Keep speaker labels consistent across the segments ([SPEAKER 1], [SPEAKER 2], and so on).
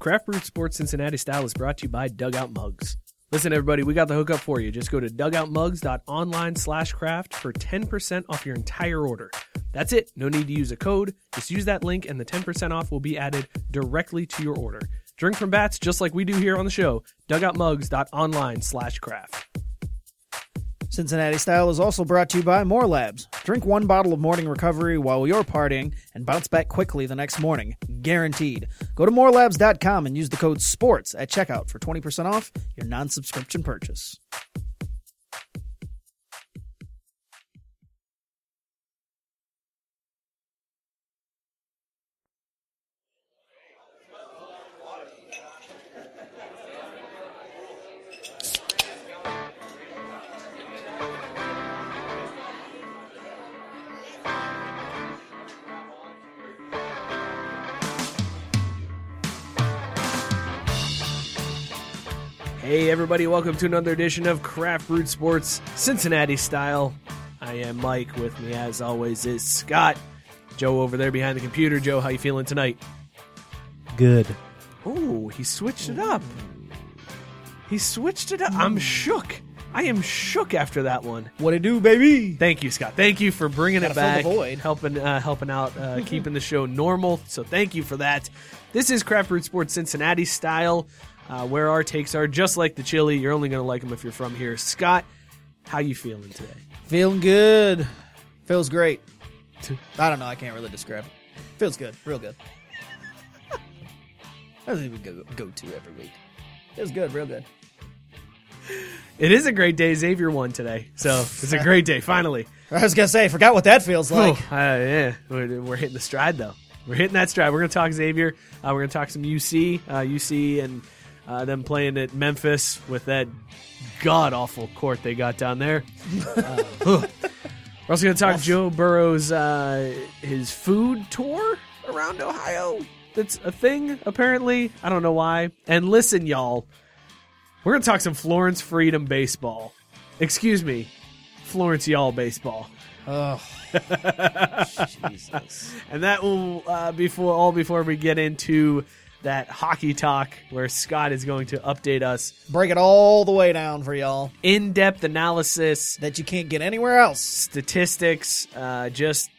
[SPEAKER 1] Craft Brewed Sports Cincinnati Style is brought to you by Dugout Mugs. Listen, everybody, we got the hookup for you. Just go to dugoutmugs.online slash craft for 10% off your entire order. That's it. No need to use a code. Just use that link, and the 10% off will be added directly to your order. Drink from bats just like we do here on the show. Dugoutmugs.online slash craft.
[SPEAKER 2] Cincinnati Style is also brought to you by More Labs. Drink one bottle of morning recovery while you're partying and bounce back quickly the next morning. Guaranteed. Go to morelabs.com and use the code SPORTS at checkout for 20% off your non subscription purchase.
[SPEAKER 1] Hey, everybody, welcome to another edition of Craft Brewed Sports Cincinnati Style. I am Mike. With me, as always, is Scott. Joe over there behind the computer. Joe, how you feeling tonight?
[SPEAKER 3] Good.
[SPEAKER 1] Oh, he switched it up. He switched it up. I'm shook. I am shook after that one.
[SPEAKER 2] What it do, baby?
[SPEAKER 1] Thank you, Scott. Thank you for bringing it
[SPEAKER 2] Gotta fill
[SPEAKER 1] back,
[SPEAKER 2] the void.
[SPEAKER 1] helping uh, helping out, uh, keeping the show normal. So thank you for that. This is Craft Root Sports Cincinnati style, uh, where our takes are just like the chili. You're only going to like them if you're from here. Scott, how you feeling today?
[SPEAKER 2] Feeling good. Feels great. I don't know. I can't really describe it. Feels good. Real good. That's even go, go to every week. Feels good. Real good.
[SPEAKER 1] It is a great day. Xavier won today, so it's a great day. Finally,
[SPEAKER 2] I was going to say, forgot what that feels like.
[SPEAKER 1] Oh, uh, yeah, we're, we're hitting the stride though. We're hitting that stride. We're going to talk Xavier. Uh, we're going to talk some UC, uh, UC, and uh, them playing at Memphis with that god awful court they got down there. Uh, ugh. we're also going to talk Joe Burrow's uh, his food tour around Ohio. That's a thing apparently. I don't know why. And listen, y'all, we're going to talk some Florence Freedom baseball. Excuse me, Florence y'all baseball.
[SPEAKER 2] Jesus.
[SPEAKER 1] and that will uh, before all before we get into that hockey talk where Scott is going to update us
[SPEAKER 2] Break it all the way down for y'all
[SPEAKER 1] in depth analysis,
[SPEAKER 2] that you can't get anywhere else.
[SPEAKER 1] statistics, uh, just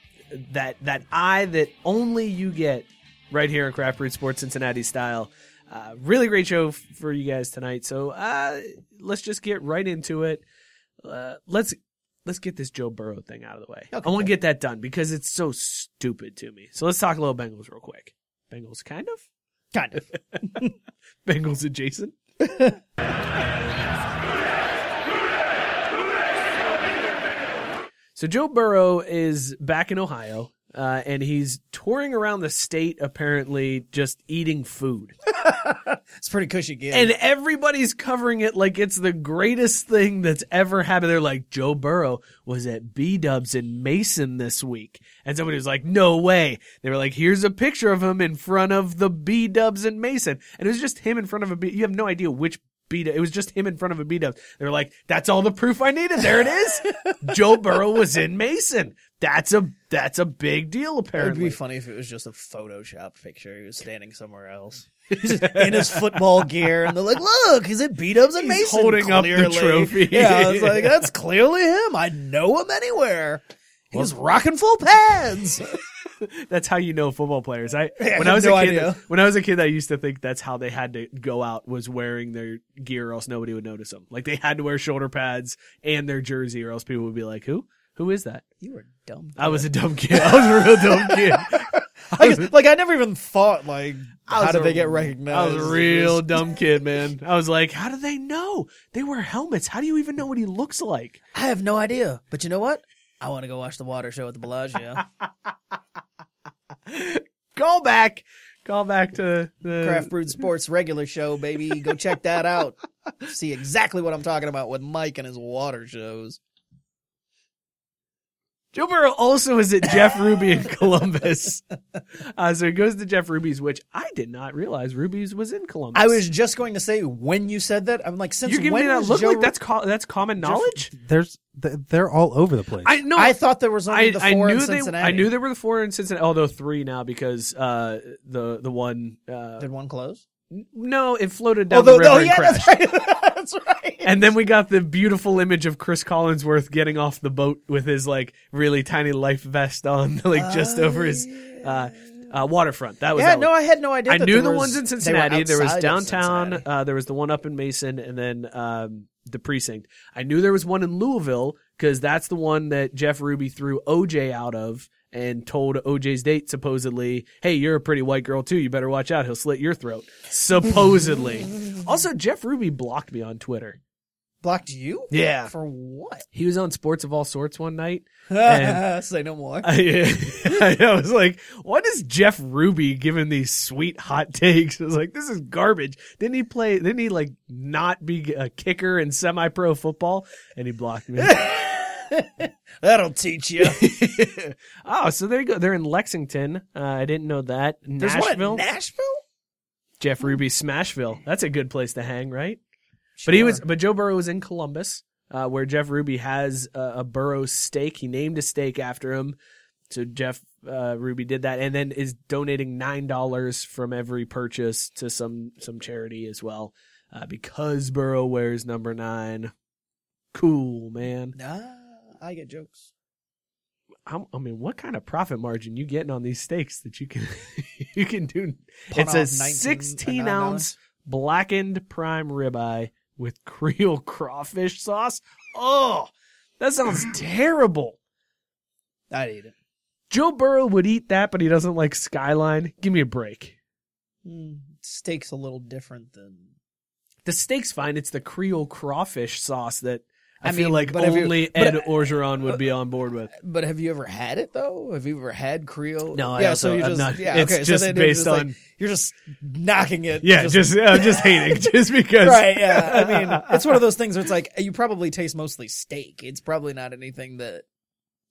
[SPEAKER 1] that that eye that only you get right here in Craft Brew Sports Cincinnati style. Uh, really great show f- for you guys tonight. So uh, let's just get right into it. Uh, let's let's get this Joe Burrow thing out of the way. I want to get that done because it's so stupid to me. So let's talk a little Bengals real quick. Bengals, kind of.
[SPEAKER 2] Kind of.
[SPEAKER 1] Bengals adjacent. so Joe Burrow is back in Ohio, uh, and he's touring around the state apparently just eating food,
[SPEAKER 2] It's a pretty cushy gig.
[SPEAKER 1] and everybody's covering it like it's the greatest thing that's ever happened. They're like, Joe Burrow was at B Dubs in Mason this week, and somebody was like, No way! They were like, Here's a picture of him in front of the B Dubs in Mason, and it was just him in front of a B. You have no idea which beat it. It was just him in front of a beat up. They were like, "That's all the proof I needed. There it is. Joe Burrow was in Mason. That's a that's a big deal.
[SPEAKER 2] It'd
[SPEAKER 1] Apparently,
[SPEAKER 2] be funny if it was just a Photoshop picture. He was standing somewhere else. He's just in his football gear, and they're like, "Look, he's at beat ups and
[SPEAKER 1] He's
[SPEAKER 2] Mason
[SPEAKER 1] holding up the
[SPEAKER 2] clearly.
[SPEAKER 1] trophy.
[SPEAKER 2] Yeah, I was like, "That's clearly him. I know him anywhere. He's rocking full pads."
[SPEAKER 1] that's how you know football players. I when
[SPEAKER 2] I
[SPEAKER 1] I was
[SPEAKER 2] have
[SPEAKER 1] a
[SPEAKER 2] no
[SPEAKER 1] kid,
[SPEAKER 2] idea.
[SPEAKER 1] when I was a kid, I used to think that's how they had to go out was wearing their gear, or else nobody would notice them. Like they had to wear shoulder pads and their jersey, or else people would be like, "Who? Who is that?"
[SPEAKER 2] You were dumb.
[SPEAKER 1] I was a dumb kid. I was a real dumb kid.
[SPEAKER 2] I guess, like I never even thought like
[SPEAKER 1] was
[SPEAKER 2] how did
[SPEAKER 1] a-
[SPEAKER 2] they get
[SPEAKER 1] I
[SPEAKER 2] recognized?
[SPEAKER 1] was a real dumb kid, man. I was like, how do they know? They wear helmets. How do you even know what he looks like?
[SPEAKER 2] I have no idea, but you know what? I want to go watch the water show at the Bellagio.
[SPEAKER 1] Go back. Call back to the
[SPEAKER 2] Craft Brewed Sports regular show, baby. Go check that out. See exactly what I'm talking about with Mike and his water shows.
[SPEAKER 1] Joe Burrow also is at Jeff Ruby in Columbus. Uh, so he goes to Jeff Ruby's, which I did not realize Ruby's was in Columbus.
[SPEAKER 2] I was just going to say when you said that, I'm like, since
[SPEAKER 1] You're giving
[SPEAKER 2] when
[SPEAKER 1] me that
[SPEAKER 2] was
[SPEAKER 1] look
[SPEAKER 2] Joe
[SPEAKER 1] like
[SPEAKER 2] Ru-
[SPEAKER 1] that's co- that's common knowledge.
[SPEAKER 4] There's th- they're all over the place.
[SPEAKER 1] I know.
[SPEAKER 2] I thought there was only the four in
[SPEAKER 1] knew they.
[SPEAKER 2] Cincinnati.
[SPEAKER 1] I knew there were the four in Cincinnati, although three now because uh, the the one. Uh,
[SPEAKER 2] Did one close?
[SPEAKER 1] no, it floated down the river
[SPEAKER 2] oh
[SPEAKER 1] and
[SPEAKER 2] yeah,
[SPEAKER 1] crashed.
[SPEAKER 2] that's right. that's right.
[SPEAKER 1] And then we got the beautiful image of Chris Collinsworth getting off the boat with his like really tiny life vest on, like just over his uh, uh, waterfront. That was
[SPEAKER 2] yeah,
[SPEAKER 1] that
[SPEAKER 2] no,
[SPEAKER 1] one.
[SPEAKER 2] I had no idea.
[SPEAKER 1] I
[SPEAKER 2] that
[SPEAKER 1] knew
[SPEAKER 2] there
[SPEAKER 1] the ones
[SPEAKER 2] was-
[SPEAKER 1] in
[SPEAKER 2] they were
[SPEAKER 1] Cincinnati. There was
[SPEAKER 2] outside of
[SPEAKER 1] downtown.
[SPEAKER 2] Cincinnati.
[SPEAKER 1] Uh, there was the one up in Mason, and then um, the precinct. I knew there was one in Louisville because that's the one that Jeff Ruby threw OJ out of and told OJ's date supposedly, "Hey, you're a pretty white girl too. You better watch out. He'll slit your throat." Supposedly. also, Jeff Ruby blocked me on Twitter.
[SPEAKER 2] Blocked you?
[SPEAKER 1] Yeah.
[SPEAKER 2] For what?
[SPEAKER 1] He was on Sports of All Sorts one night.
[SPEAKER 2] Say no more.
[SPEAKER 1] I, I was like, "What is Jeff Ruby giving these sweet hot takes?" I was like, "This is garbage." Didn't he play? Didn't he like not be a kicker in semi-pro football? And he blocked me.
[SPEAKER 2] That'll teach you.
[SPEAKER 1] oh, so there you go. They're in Lexington. Uh, I didn't know that.
[SPEAKER 2] There's
[SPEAKER 1] Nashville,
[SPEAKER 2] one at Nashville.
[SPEAKER 1] Jeff Ruby, Smashville. That's a good place to hang, right? But he was,
[SPEAKER 2] Sure.
[SPEAKER 1] but Joe Burrow was in Columbus, uh, where Jeff Ruby has a, a Burrow steak. He named a steak after him. So Jeff uh, Ruby did that, and then is donating nine dollars from every purchase to some some charity as well, uh, because Burrow wears number nine. Cool, man.
[SPEAKER 2] Nah, I get jokes.
[SPEAKER 1] I'm, I mean, what kind of profit margin you getting on these steaks that you can you can do?
[SPEAKER 2] Pawn
[SPEAKER 1] it's a
[SPEAKER 2] off 19
[SPEAKER 1] sixteen
[SPEAKER 2] or $9.
[SPEAKER 1] ounce blackened prime ribeye with Creole crawfish sauce. Oh, that sounds terrible.
[SPEAKER 2] I'd eat it.
[SPEAKER 1] Joe Burrow would eat that, but he doesn't like Skyline. Give me a break.
[SPEAKER 2] Mm, steak's a little different than.
[SPEAKER 1] The steak's fine. It's the Creole crawfish sauce that I,
[SPEAKER 2] I
[SPEAKER 1] feel
[SPEAKER 2] mean,
[SPEAKER 1] like
[SPEAKER 2] but have you-
[SPEAKER 1] only
[SPEAKER 2] but-
[SPEAKER 1] Ed Orgeron would be on board with.
[SPEAKER 2] But have you ever had it though? Have you ever had Creole?
[SPEAKER 1] No, I
[SPEAKER 2] yeah.
[SPEAKER 1] also-
[SPEAKER 2] so you're
[SPEAKER 1] I'm
[SPEAKER 2] just
[SPEAKER 1] not-
[SPEAKER 2] yeah.
[SPEAKER 1] it's
[SPEAKER 2] okay,
[SPEAKER 1] just
[SPEAKER 2] so then you're
[SPEAKER 1] based
[SPEAKER 2] just like-
[SPEAKER 1] on-
[SPEAKER 2] you're just knocking it.
[SPEAKER 1] Yeah, just I'm just hating just because.
[SPEAKER 2] right. Yeah, I mean, it's one of those things where it's like you probably taste mostly steak. It's probably not anything that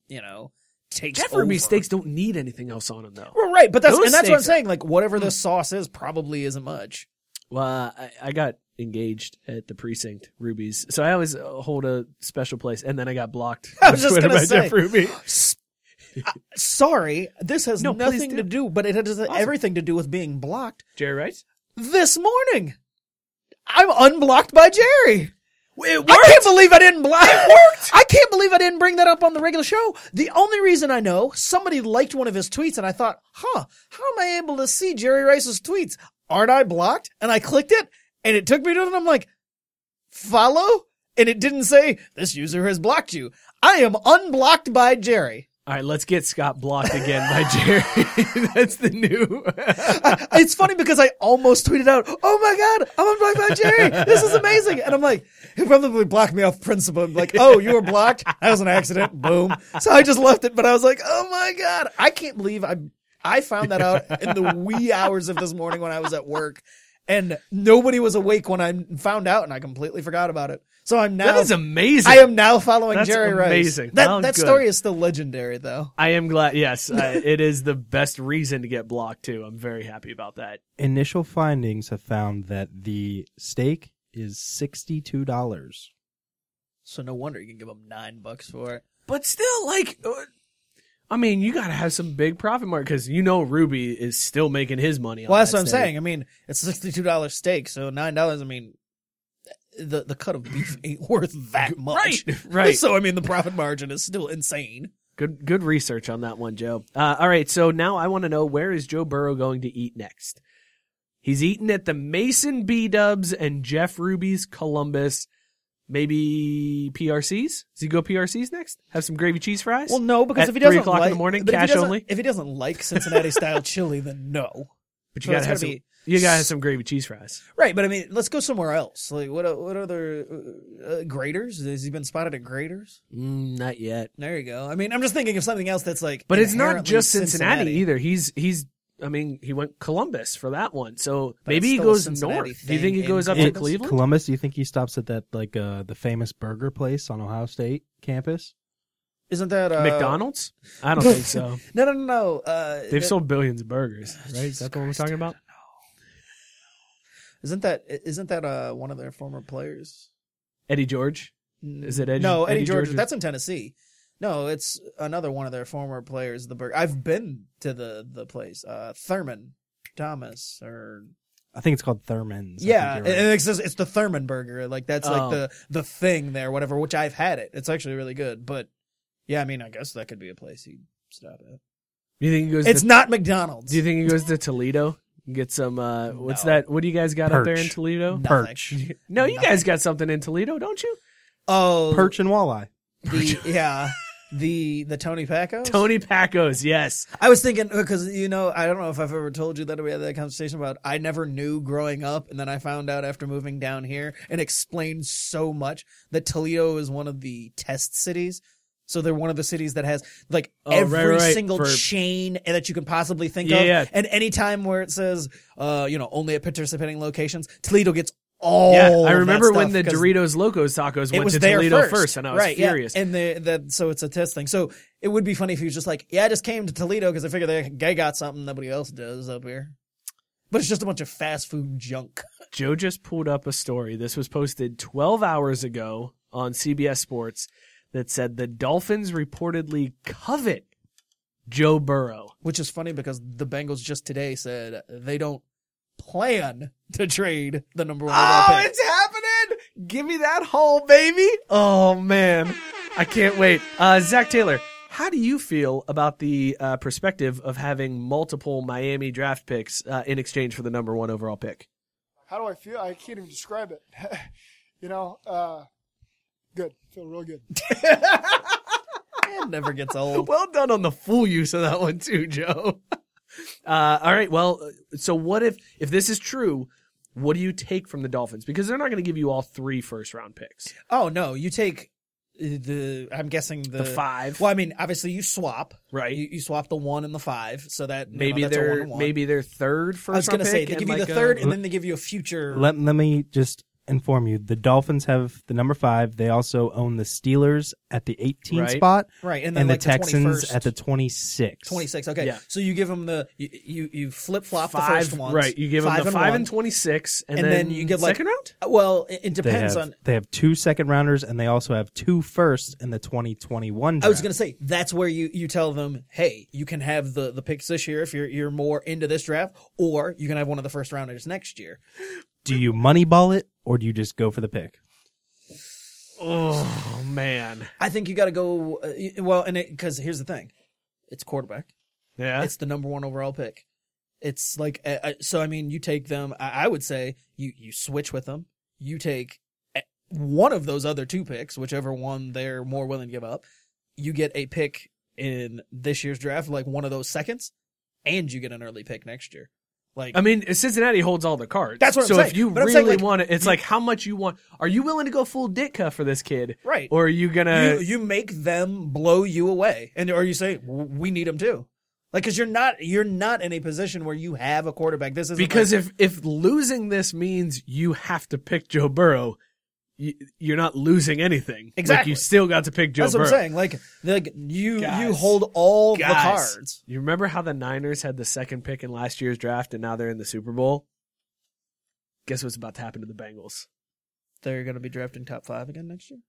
[SPEAKER 2] you know takes.
[SPEAKER 1] Jeff Ruby
[SPEAKER 2] over.
[SPEAKER 1] steaks don't need anything else on them though.
[SPEAKER 2] Well, right, but that's
[SPEAKER 1] Those
[SPEAKER 2] and that's what I'm
[SPEAKER 1] steaks are-
[SPEAKER 2] saying. Like whatever the sauce is, probably isn't much.
[SPEAKER 1] Well, I, I got engaged at the precinct, Ruby's. So I always uh, hold a special place, and then I got blocked.
[SPEAKER 2] I
[SPEAKER 1] on
[SPEAKER 2] was just
[SPEAKER 1] Twitter
[SPEAKER 2] gonna
[SPEAKER 1] by
[SPEAKER 2] say.
[SPEAKER 1] Jeff Ruby.
[SPEAKER 2] Sorry, this has
[SPEAKER 1] No, please
[SPEAKER 2] nothing
[SPEAKER 1] do.
[SPEAKER 2] to do, but it has everything to do with being blocked.
[SPEAKER 1] Jerry Rice.
[SPEAKER 2] This morning, I'm unblocked by Jerry.
[SPEAKER 1] It
[SPEAKER 2] I can't believe I didn't block. It worked. I can't believe I didn't bring that up on the regular show. The only reason I know somebody liked one of his tweets, and I thought, huh, how am I able to see Jerry Rice's tweets? Aren't I blocked? And I clicked it, and it took me to it. And I'm like, follow, and it didn't say this user has blocked you. I am unblocked by Jerry.
[SPEAKER 1] All right, let's get Scott blocked again by Jerry. That's the new.
[SPEAKER 2] it's funny because I almost tweeted out, "Oh my god, I'm unblocked by Jerry. This is amazing." And I'm like, he probably blocked me off principle. I'm like, "Oh, you were blocked. That was an accident. Boom." So I just left it. But I was like, "Oh my god, I can't believe I I found that out in the wee hours of this morning when I was at work, and nobody was awake when I found out, and I completely forgot about it. So I'm now
[SPEAKER 1] that is amazing.
[SPEAKER 2] I am now following
[SPEAKER 1] That's
[SPEAKER 2] Jerry
[SPEAKER 1] amazing.
[SPEAKER 2] Rice. That
[SPEAKER 1] Well,
[SPEAKER 2] that
[SPEAKER 1] good.
[SPEAKER 2] story is still legendary though.
[SPEAKER 1] I am glad. Yes, I, it is the best reason to get blocked too. I'm very happy about that.
[SPEAKER 4] Initial findings have found that the steak is sixty two dollars.
[SPEAKER 2] So no wonder you can give him nine bucks for it.
[SPEAKER 1] But still, like, uh, I mean, you got to have some big profit mark because you know Ruby is still making his money. on
[SPEAKER 2] Well, that's
[SPEAKER 1] that
[SPEAKER 2] what I'm
[SPEAKER 1] steak.
[SPEAKER 2] saying. I mean, it's a sixty-two dollar steak, so nine dollars. I mean, the the cut of beef ain't worth that much,
[SPEAKER 1] Right, right.
[SPEAKER 2] So I mean, the profit margin is still insane.
[SPEAKER 1] Good, good research on that one, Joe. Uh, all right, so now I want to know where is Joe Burrow going to eat next? He's eating at the Mason B Dubs and Jeff Ruby's Columbus. Maybe PRCs? Does he go PRCs next? Have some gravy cheese fries?
[SPEAKER 2] Well, no, because
[SPEAKER 1] At
[SPEAKER 2] if he doesn't
[SPEAKER 1] three o'clock
[SPEAKER 2] like
[SPEAKER 1] in the morning,
[SPEAKER 2] but if he
[SPEAKER 1] cash
[SPEAKER 2] doesn't-
[SPEAKER 1] only.
[SPEAKER 2] If he doesn't like Cincinnati style chili, then no.
[SPEAKER 1] But
[SPEAKER 2] so
[SPEAKER 1] you gotta
[SPEAKER 2] it's
[SPEAKER 1] have some.
[SPEAKER 2] gotta be-
[SPEAKER 1] You gotta have some gravy cheese fries.
[SPEAKER 2] Right, but I mean, let's go somewhere else. Like, what what other uh, graders? Has he been spotted at graders?
[SPEAKER 1] not yet.
[SPEAKER 2] There you go. I mean, I'm just thinking of something else that's like.
[SPEAKER 1] But it's not
[SPEAKER 2] inherently
[SPEAKER 1] just Cincinnati, either. He's he's I mean, he went Columbus for that one. So maybe
[SPEAKER 5] it's
[SPEAKER 1] he
[SPEAKER 5] still a
[SPEAKER 1] goes
[SPEAKER 5] Cincinnati
[SPEAKER 1] north. Do you
[SPEAKER 5] thing
[SPEAKER 1] think he
[SPEAKER 5] in
[SPEAKER 1] goes up
[SPEAKER 4] And
[SPEAKER 1] to Cleveland?
[SPEAKER 4] Columbus, do you think he stops at that like uh the famous burger place on Ohio State campus?
[SPEAKER 2] Isn't that uh,
[SPEAKER 1] McDonald's? I don't think so.
[SPEAKER 2] No, no, no, no. Uh,
[SPEAKER 1] They've
[SPEAKER 2] that-
[SPEAKER 1] sold billions of burgers, right? Is that the one we're talking about?
[SPEAKER 2] Isn't that isn't that uh, one of their former players?
[SPEAKER 1] Eddie George. Is it Eddie?
[SPEAKER 2] no, Eddie, George.
[SPEAKER 1] George?
[SPEAKER 2] That's in Tennessee. No, it's another one of their former players. The burger. I've been to the the place. Uh, Thurman Thomas or
[SPEAKER 4] I think it's called Thurman's. I think
[SPEAKER 2] yeah, uh,
[SPEAKER 4] you're
[SPEAKER 2] and-
[SPEAKER 4] right.
[SPEAKER 2] and it's just, it's the Thurman burger. Like that's
[SPEAKER 1] Oh.
[SPEAKER 2] like the the thing there, whatever. Which I've had it. It's actually really good. But yeah, I mean, I guess that could be a place he'd stop at.
[SPEAKER 1] Do you think he goes?
[SPEAKER 2] It's
[SPEAKER 1] to,
[SPEAKER 2] not McDonald's.
[SPEAKER 1] Do you think he goes to Toledo? and Get some. Uh, what's
[SPEAKER 2] No.
[SPEAKER 1] that? What do you guys got up there in
[SPEAKER 4] Perch.
[SPEAKER 1] Toledo?
[SPEAKER 2] Nothing.
[SPEAKER 1] No, you
[SPEAKER 2] Nothing.
[SPEAKER 1] guys got something in Toledo, don't you?
[SPEAKER 2] Oh,
[SPEAKER 4] Perch and walleye.
[SPEAKER 2] the, yeah, the the Tony Paco.
[SPEAKER 1] Tony Pacos, yes.
[SPEAKER 2] I was thinking because you know I don't know if I've ever told you that we had that conversation about I never knew growing up, and then I found out after moving down here and explained so much that Toledo is one of the test cities. So they're one of the cities that has like
[SPEAKER 1] Oh, right,
[SPEAKER 2] every
[SPEAKER 1] right,
[SPEAKER 2] single
[SPEAKER 1] for-
[SPEAKER 2] chain that you can possibly think
[SPEAKER 1] Yeah,
[SPEAKER 2] of,
[SPEAKER 1] yeah.
[SPEAKER 2] and any time where it says, uh, you know, only at participating locations, Toledo gets all.
[SPEAKER 1] Yeah,
[SPEAKER 2] of
[SPEAKER 1] I
[SPEAKER 2] that
[SPEAKER 1] remember when the
[SPEAKER 2] stuff Oh, 'cause
[SPEAKER 1] Doritos Locos Tacos went to
[SPEAKER 2] there
[SPEAKER 1] Toledo first. and I was
[SPEAKER 2] right, yeah.
[SPEAKER 1] furious.
[SPEAKER 2] And the, the so it's a test thing. So it would be funny if he was just like, "Yeah, I just came to Toledo because I figured they guy got something nobody else does up here." But it's just a bunch of fast food junk.
[SPEAKER 1] Joe just pulled up a story. This was posted 12 hours ago on CBS Sports that said the Dolphins reportedly covet Joe Burrow.
[SPEAKER 2] Which is funny because the Bengals just today said they don't plan to trade the number one overall pick.
[SPEAKER 1] Oh, happening! Give me that hole, baby! Oh, man. I can't wait. Uh, Zach Taylor, how do you feel about the uh, perspective of having multiple Miami draft picks uh, in exchange for the number one overall pick?
[SPEAKER 6] how do I feel? I can't even describe it. you know, uh, good. Feel real good.
[SPEAKER 2] It never gets old.
[SPEAKER 1] well done on the full use of that one too, Joe. Uh, all right. Well, so what if if this is true? What do you take from the Dolphins? Because they're not going to give you all three first round picks.
[SPEAKER 2] Oh no, you take uh, the I'm guessing the,
[SPEAKER 1] The five.
[SPEAKER 2] Well, I mean, obviously you swap.
[SPEAKER 1] Right.
[SPEAKER 2] You, you swap the one and the five, so that you know,
[SPEAKER 1] Maybe
[SPEAKER 2] that's a one
[SPEAKER 1] their
[SPEAKER 2] and one.
[SPEAKER 1] maybe their third first.
[SPEAKER 2] I was gonna
[SPEAKER 1] round
[SPEAKER 2] say
[SPEAKER 1] pick
[SPEAKER 2] they
[SPEAKER 1] and
[SPEAKER 2] give you the
[SPEAKER 1] like uh, a-
[SPEAKER 2] third, and then they give you a future.
[SPEAKER 4] Let let me just inform you. The Dolphins have the number five. They also own the Steelers at the 18
[SPEAKER 1] Right.
[SPEAKER 4] spot,
[SPEAKER 2] Right, and
[SPEAKER 4] and,
[SPEAKER 2] then
[SPEAKER 4] the
[SPEAKER 2] like the
[SPEAKER 4] Texans
[SPEAKER 2] 21st.
[SPEAKER 4] at the 26.
[SPEAKER 2] 26. Okay.
[SPEAKER 1] Yeah.
[SPEAKER 2] So you give them the you you, you flip flop the
[SPEAKER 1] five.
[SPEAKER 2] first ones.
[SPEAKER 1] right. You give them the five
[SPEAKER 2] one.
[SPEAKER 1] and twenty six, and,
[SPEAKER 2] and
[SPEAKER 1] then,
[SPEAKER 2] then you get, like-
[SPEAKER 1] second round.
[SPEAKER 2] Well, it, it
[SPEAKER 4] They
[SPEAKER 2] depends
[SPEAKER 4] have,
[SPEAKER 2] on.
[SPEAKER 4] they have two second rounders, and they also have two firsts in the 2021. Draft.
[SPEAKER 2] I was gonna say that's where you, you tell them, hey, you can have the, the picks this year if you're you're more into this draft, or you can have one of the first rounders next year.
[SPEAKER 4] do you moneyball it or do you just go for the pick?
[SPEAKER 1] Oh man.
[SPEAKER 2] I think you got to go uh, y- well, and because here's the thing, it's quarterback.
[SPEAKER 1] Yeah.
[SPEAKER 2] It's the number one overall pick. It's like uh, uh, so. I mean, you take them. I, I would say you you switch with them. You take uh, one of those other two picks, whichever one they're more willing to give up. You get a pick in this year's draft, like one of those seconds, and you get an early pick next year. Like
[SPEAKER 1] I mean, Cincinnati holds all the cards.
[SPEAKER 2] That's what I'm
[SPEAKER 1] so
[SPEAKER 2] saying.
[SPEAKER 1] if you
[SPEAKER 2] But I'm
[SPEAKER 1] really
[SPEAKER 2] saying, like,
[SPEAKER 1] want it, it's like how much you want. Are you willing to go full Ditka for this kid?
[SPEAKER 2] Right.
[SPEAKER 1] Or are you gonna?
[SPEAKER 2] you you make them blow you away, and or you say "W- we need them too. Like, cause you're not you're not in a position where you have a quarterback. This is
[SPEAKER 1] because if if losing this means you have to pick Joe Burrow, you, you're not losing anything. Like
[SPEAKER 2] Exactly.
[SPEAKER 1] you still got to pick Joe
[SPEAKER 2] that's
[SPEAKER 1] Burrow.
[SPEAKER 2] what I'm saying. Like, like you you
[SPEAKER 1] Guys.
[SPEAKER 2] hold all the
[SPEAKER 1] Guys,
[SPEAKER 2] cards.
[SPEAKER 1] You remember how the Niners had the second pick in last year's draft, and now they're in the Super Bowl. Guess what's about to happen to the Bengals?
[SPEAKER 2] they're going to be drafting top five again next year.